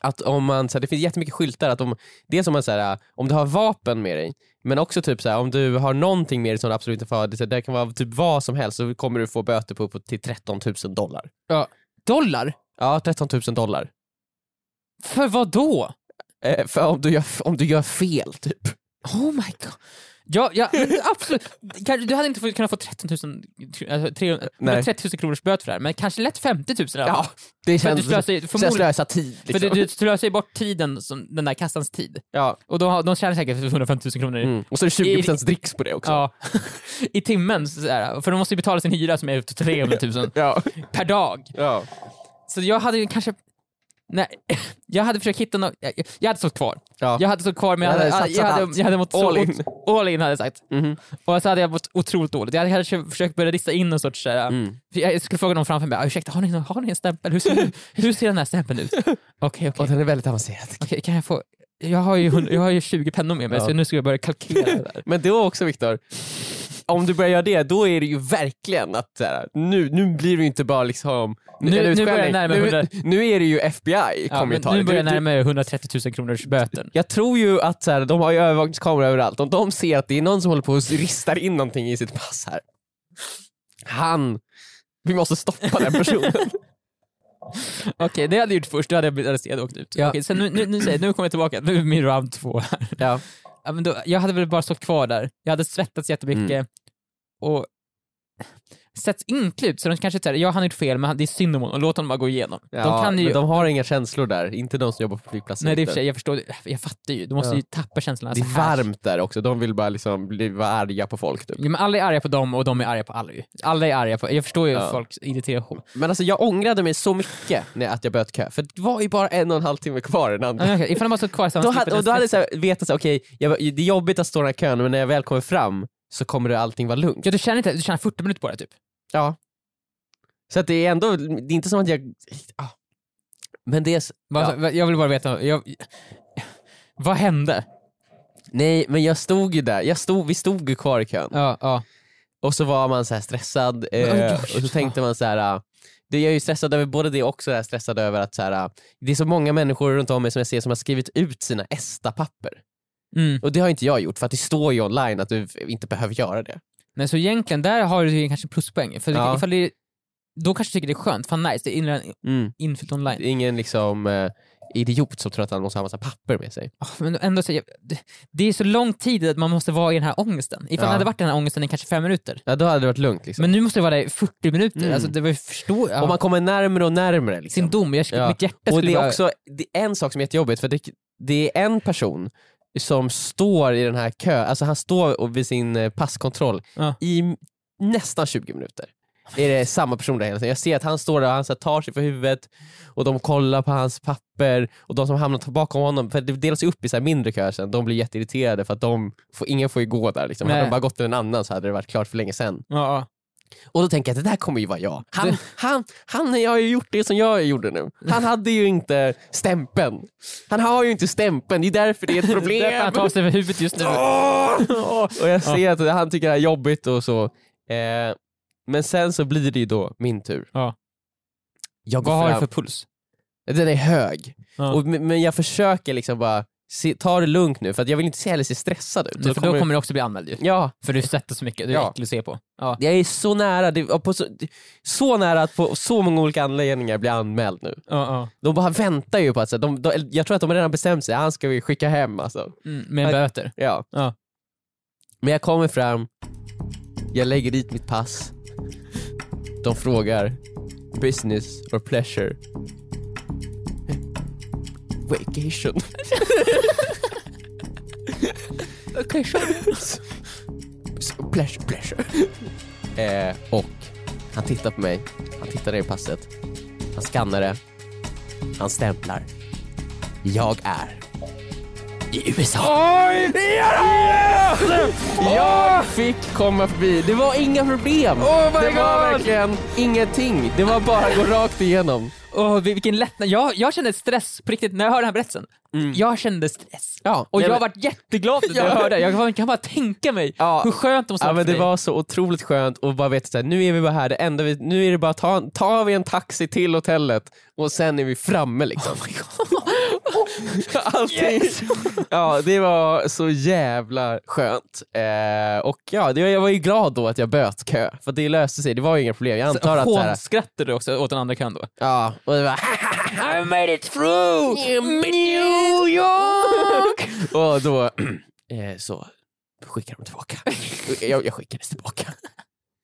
[SPEAKER 2] att om man, så här, det finns jättemycket skyltar, att om, dels om, man, så här, äh, om du har vapen med dig, men också typ så här, om du har någonting med dig som du absolut inte får ha, det, så här, det kan vara typ vad som helst, så kommer du få böter på uppåt till 13 000 dollar.
[SPEAKER 3] Dollar?
[SPEAKER 2] Ja, 13 000 dollar.
[SPEAKER 3] För vad då?
[SPEAKER 2] Eh, för om du, gör, om du gör fel typ.
[SPEAKER 3] Oh my god. Ja, ja men absolut. Kanske- Du hade inte fått- kunnat få 13 000, alltså 300,
[SPEAKER 2] Nej.
[SPEAKER 3] 30 000 kronors böter för det här, men kanske lätt 50 000 i alla fall.
[SPEAKER 2] Ja, det
[SPEAKER 3] För att du
[SPEAKER 2] känns...
[SPEAKER 3] slösar ju-
[SPEAKER 2] så jag
[SPEAKER 3] förmodligen-
[SPEAKER 2] slösar tid
[SPEAKER 3] För
[SPEAKER 2] liksom.
[SPEAKER 3] du, du slösar ju bort tiden, som, den där kassans tid.
[SPEAKER 2] ja.
[SPEAKER 3] Och då har, de tjänar säkert 150 000 kronor.
[SPEAKER 2] mm. Och så är det 20% dricks på det också.
[SPEAKER 3] Ja, i timmen. så här, För de måste ju betala sin hyra som är upp till 300 000
[SPEAKER 2] Ja.
[SPEAKER 3] per dag.
[SPEAKER 2] Ja.
[SPEAKER 3] Så jag hade ju kanske... Nej, jag hade försökt hitta något... Jag, jag hade stått kvar.
[SPEAKER 2] Ja.
[SPEAKER 3] Jag hade stått kvar men jag
[SPEAKER 2] Jag
[SPEAKER 3] hade,
[SPEAKER 2] hade
[SPEAKER 3] jag
[SPEAKER 2] satsat
[SPEAKER 3] hade,
[SPEAKER 2] allt.
[SPEAKER 3] jag hade mått så
[SPEAKER 2] All in.
[SPEAKER 3] ot- all in hade jag sagt.
[SPEAKER 2] Mhm.
[SPEAKER 3] Och så hade jag mått otroligt dåligt. Jag hade kanske försökt börja lista in någon sorts... Så här,
[SPEAKER 2] Mm.
[SPEAKER 3] för jag skulle fråga någon framför mig, "Ah, ursäkta har ni, någon- har ni en stämpel? Hur ser, hur ser den här stämpeln ut? Okej, okej.
[SPEAKER 2] Och den är väldigt avancerad.
[SPEAKER 3] Okej, kan jag få... jag har ju, hund- jag har ju 20 pennor med mig
[SPEAKER 2] Ja.
[SPEAKER 3] så nu ska jag börja kalkera det där.
[SPEAKER 2] Men då också Viktor, om du börjar göra det, då är det ju verkligen att så här, nu, nu blir du inte bara liksom...
[SPEAKER 3] Nu-
[SPEAKER 2] en
[SPEAKER 3] nu
[SPEAKER 2] utskällning.
[SPEAKER 3] börjar jag närma mig
[SPEAKER 2] nu, nu är det ju FBI
[SPEAKER 3] Ja,
[SPEAKER 2] kommer
[SPEAKER 3] men
[SPEAKER 2] ju ta
[SPEAKER 3] nu
[SPEAKER 2] det. Du,
[SPEAKER 3] börjar jag
[SPEAKER 2] du,
[SPEAKER 3] närma mig 130 000 kronors böter.
[SPEAKER 2] jag tror ju att så här, de har ju övervakningskameror överallt. Om de ser att det är någon som håller på och ristar in någonting i sitt pass här. Han, vi måste stoppa den personen.
[SPEAKER 3] Okej, det hade jag gjort först, då hade jag blivit arresterad och åkt ut.
[SPEAKER 2] Ja.
[SPEAKER 3] Okej, sen nu, nu, nu, säger jag- nu kommer jag tillbaka, nu är min round två här.
[SPEAKER 2] ja.
[SPEAKER 3] Ja, men då, jag hade väl bara stått kvar där, jag hade svettats jättemycket
[SPEAKER 2] Mm.
[SPEAKER 3] och setts inklut, så de kanske säger jag han har gjort fel men han- det är synd om honom, låt honom bara gå igenom. de kan ju,
[SPEAKER 2] men de har inga känslor där, inte de som jobbar på flygplatsen.
[SPEAKER 3] nej det är i och för sig, jag förstår, jag fattar ju, de måste
[SPEAKER 2] Ja.
[SPEAKER 3] ju tappa känslan.
[SPEAKER 2] Det är
[SPEAKER 3] Alltså, här-
[SPEAKER 2] varmt där också, de vill bara liksom bli, vara arga på folk. Typ.
[SPEAKER 3] Ja, men alla är arga på dem och de är arga på alla ju. Alla är arga på, jag förstår ju
[SPEAKER 2] Ja.
[SPEAKER 3] folks irritation.
[SPEAKER 2] Men alltså jag ångrade mig så mycket när att jag böt kö, för det var ju bara en och en halv timme kvar den andra.
[SPEAKER 3] Ja, okay. Ifall de bara stått kvar så hade
[SPEAKER 2] Då
[SPEAKER 3] man
[SPEAKER 2] hade,
[SPEAKER 3] slipper
[SPEAKER 2] och då hade
[SPEAKER 3] den
[SPEAKER 2] jag så här, vetat att okej, jag- det är jobbigt att stå i den här kön, men när jag väl kommer fram så kommer det allting vara lugnt.
[SPEAKER 3] Ja, du känner inte, du känner 40 minuter på det typ.
[SPEAKER 2] Ja. Så att det är ändå, det är inte som att jag... Ah. Men det är... s-
[SPEAKER 3] Vad-
[SPEAKER 2] Ja.
[SPEAKER 3] vad- Jag vill bara veta, jag, vad hände?
[SPEAKER 2] Nej, men jag stod ju där, jag stod, vi stod ju kvar i kön.
[SPEAKER 3] Ja, ja.
[SPEAKER 2] Och så var man så här stressad
[SPEAKER 3] Oj,
[SPEAKER 2] eh,
[SPEAKER 3] oj,
[SPEAKER 2] och så
[SPEAKER 3] oj.
[SPEAKER 2] tänkte man så här. ah, Det, jag är ju stressad över både det och också är stressad över att så här, ah, det är så många människor runt om mig som jag ser som har skrivit ut sina ESTA-papper.
[SPEAKER 3] Mm.
[SPEAKER 2] Och det har inte jag gjort för att det står ju online att du inte behöver göra det.
[SPEAKER 3] Men så egentligen, där har du ju kanske pluspoäng. För
[SPEAKER 2] Ja.
[SPEAKER 3] ifall det är, då kanske du tycker det är skönt, fan nice, det är inre- infyllt online.
[SPEAKER 2] Det är ingen liksom eh, idiot som tror att han måste ha massa papper med sig.
[SPEAKER 3] Ah, Men ändå, så, jag- det- det är så lång tid att man måste vara i den här ångesten. Ifall
[SPEAKER 2] Ja.
[SPEAKER 3] man hade varit i den här ångesten i kanske fem minuter.
[SPEAKER 2] Ja, då hade det varit lugnt. Liksom.
[SPEAKER 3] Men nu måste jag vara där i 40 minuter.
[SPEAKER 2] Mm.
[SPEAKER 3] Alltså, det var ju förstå... Ja.
[SPEAKER 2] Och man kommer närmre och närmre. Liksom.
[SPEAKER 3] Sin dom, jag,
[SPEAKER 2] Ja.
[SPEAKER 3] mitt hjärta
[SPEAKER 2] Och
[SPEAKER 3] skulle
[SPEAKER 2] det är
[SPEAKER 3] bara...
[SPEAKER 2] också det är en sak som är jättejobbigt, för det, det är en person som står i den här kön, alltså han står och vid sin eh, passkontroll
[SPEAKER 3] Ja.
[SPEAKER 2] i nästan 20 minuter. Är det samma person där hela tiden. Jag ser att han står där och han så här, tar sig för huvudet och de kollar på hans papper och de som hamnar bakom honom, för det delas ju upp i så här mindre köer sen, de blir jätteirriterade för att de får, ingen får ju gå där. Liksom. Hade
[SPEAKER 3] Nej.
[SPEAKER 2] de bara gått till en annan så hade det varit klart för länge sen.
[SPEAKER 3] Ja, ja.
[SPEAKER 2] Och då tänker jag att det där kommer ju vara jag. Han,
[SPEAKER 3] Det-
[SPEAKER 2] han, han har ju gjort det som jag gjorde nu. Han hade ju inte stämpeln. Han har ju inte stämpeln, det är därför det är ett
[SPEAKER 3] Det är därför han
[SPEAKER 2] problem.
[SPEAKER 3] tar sig över huvudet just nu.
[SPEAKER 2] Åh! och jag ser att han tycker det här är jobbigt och så. Eh, men sen så blir det ju då min tur.
[SPEAKER 3] Ja.
[SPEAKER 2] Jag
[SPEAKER 3] Vad har
[SPEAKER 2] går
[SPEAKER 3] du
[SPEAKER 2] fram.
[SPEAKER 3] för puls?
[SPEAKER 2] Den är hög.
[SPEAKER 3] Ja.
[SPEAKER 2] Och, men men jag försöker liksom bara se, ta det lugnt nu för att jag vill inte se heller se stressad ut.
[SPEAKER 3] Då,
[SPEAKER 2] Det
[SPEAKER 3] för då kommer du också bli anmäld ju.
[SPEAKER 2] Ja,
[SPEAKER 3] För du sätter så mycket, du är
[SPEAKER 2] Ja.
[SPEAKER 3] äcklig att se på. Ja.
[SPEAKER 2] jag är så nära, det, och på så, så nära att på så många olika anledningar bli anmäld nu.
[SPEAKER 3] Ja, ja.
[SPEAKER 2] De bara väntar ju på att, så här, de, de, jag tror att de har redan bestämt sig, han ska vi skicka hem alltså.
[SPEAKER 3] Mm, med
[SPEAKER 2] Ja.
[SPEAKER 3] böter.
[SPEAKER 2] Ja.
[SPEAKER 3] Ja.
[SPEAKER 2] Men jag kommer fram, jag lägger dit mitt pass. De frågar, business or pleasure? Vacation.
[SPEAKER 3] Okay,
[SPEAKER 2] So, pleasure, pleasure. eh, och han tittar på mig, han tittar ner i passet, han skannar det, han stämplar. Jag är i USA. Oj! Jag fick komma förbi. Det var inga problem.
[SPEAKER 3] Oh my
[SPEAKER 2] det var
[SPEAKER 3] God!
[SPEAKER 2] verkligen ingenting. Det var bara att gå rakt igenom.
[SPEAKER 3] vilken lättnad. Jag, jag kände stress på riktigt när jag hörde den här berättelsen. Jag kände stress.
[SPEAKER 2] Ja,
[SPEAKER 3] Och
[SPEAKER 2] nej,
[SPEAKER 3] jag
[SPEAKER 2] men-
[SPEAKER 3] vart jätteglad när jag
[SPEAKER 2] Ja.
[SPEAKER 3] hörde det. Jag kan- kan bara tänka mig
[SPEAKER 2] Ja.
[SPEAKER 3] hur skönt det måste
[SPEAKER 2] Ja,
[SPEAKER 3] ha
[SPEAKER 2] men
[SPEAKER 3] varit
[SPEAKER 2] det
[SPEAKER 3] för dig.
[SPEAKER 2] var så otroligt skönt och bara veta att nu är vi bara här, det enda vi, nu är det bara att ta, ta vi en taxi till hotellet och sen är vi framme liksom.
[SPEAKER 3] Oh
[SPEAKER 2] Allting. Ja, det var så jävla skönt. Eh, och ja, det, jag var ju glad då att jag böt kö, för det löste sig, det var ju inga problem. Jag antar att... Så här,
[SPEAKER 3] Hånskrattade du också åt den andra kön då?
[SPEAKER 2] ja, och det var, I made it through! New York! och då eh, så skickade de tillbaka. Jag, jag skickades tillbaka.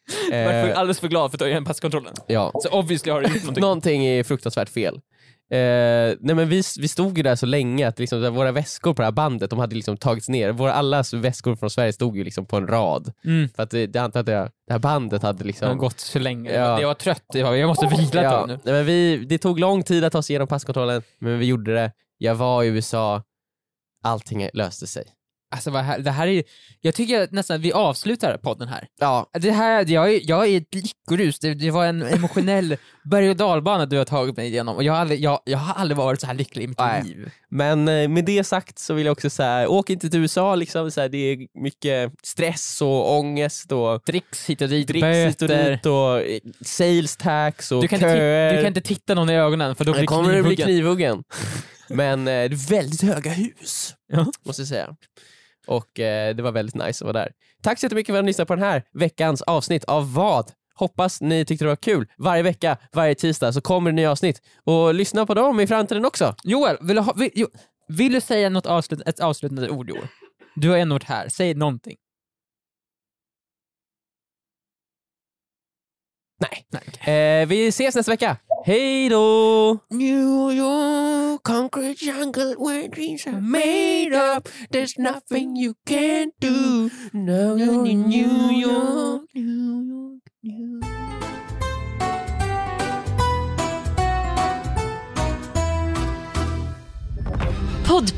[SPEAKER 3] Vart för-
[SPEAKER 2] Eh,
[SPEAKER 3] alldeles för glad för att ta igen passkontrollen.
[SPEAKER 2] ja.
[SPEAKER 3] Så obviously har du gjort någonting.
[SPEAKER 2] Någonting är fruktansvärt fel. Eh, nej men vi, vi stod ju där så länge att liksom, där våra väskor på det här bandet de hade liksom tagits ner. Våra, allas väskor från Sverige stod ju liksom på en rad.
[SPEAKER 3] Mm.
[SPEAKER 2] För att eh, det, jag antar att det, det här bandet hade
[SPEAKER 3] Det har
[SPEAKER 2] liksom...
[SPEAKER 3] gått så länge.
[SPEAKER 2] Ja.
[SPEAKER 3] Jag var trött, jag jag måste vila ett
[SPEAKER 2] ja,
[SPEAKER 3] tag nu.
[SPEAKER 2] nej men vi, det tog lång tid att ta oss igenom passkontrollen, men vi gjorde det. Jag var i USA, allting löste sig.
[SPEAKER 3] Alltså vad här, det här är ju- jag tycker att nästan att vi avslutar podden här.
[SPEAKER 2] Ja,
[SPEAKER 3] Det här, jag, är- jag är i ett lyckorus, det, det var en emotionell berg och dalbana du har tagit mig igenom och jag har aldrig, jag, jag har aldrig varit så här lycklig i mitt
[SPEAKER 2] Nej.
[SPEAKER 3] liv.
[SPEAKER 2] Men eh, med det sagt så vill jag också säga, åk inte till USA. Liksom, så här, det är mycket stress och ångest och
[SPEAKER 3] Dricks hit och dit,
[SPEAKER 2] dricks hit och
[SPEAKER 3] böter.
[SPEAKER 2] dit och eh, sales tax och
[SPEAKER 3] Du kan, inte,
[SPEAKER 2] köer.
[SPEAKER 3] ti- du kan inte titta någon i ögonen för då
[SPEAKER 2] Då
[SPEAKER 3] blir
[SPEAKER 2] kommer du bli
[SPEAKER 3] knivhuggen.
[SPEAKER 2] knivhuggen. Men eh, det är väldigt höga hus,
[SPEAKER 3] Ja.
[SPEAKER 2] måste jag säga. Och eh, det var väldigt nice att vara där. Tack så jättemycket för att ni lyssnade på den här veckans avsnitt av vad? Hoppas ni tyckte det var kul. Varje vecka, varje tisdag så kommer det nya avsnitt. Och lyssna på dem i framtiden också.
[SPEAKER 3] Joel, vill du, ha, vill, jo, vill du säga något avslut, ett avslutande ord Joel? Du har en ord här, säg någonting.
[SPEAKER 2] Nej. Eh, vi ses nästa vecka. Hej då!
[SPEAKER 1] New York, concrete jungle where dreams are made up. There's nothing you can't do.
[SPEAKER 2] Now
[SPEAKER 1] You're in New
[SPEAKER 2] York.
[SPEAKER 1] York, New York, New York.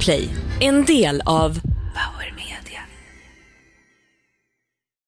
[SPEAKER 4] Podplay, en del av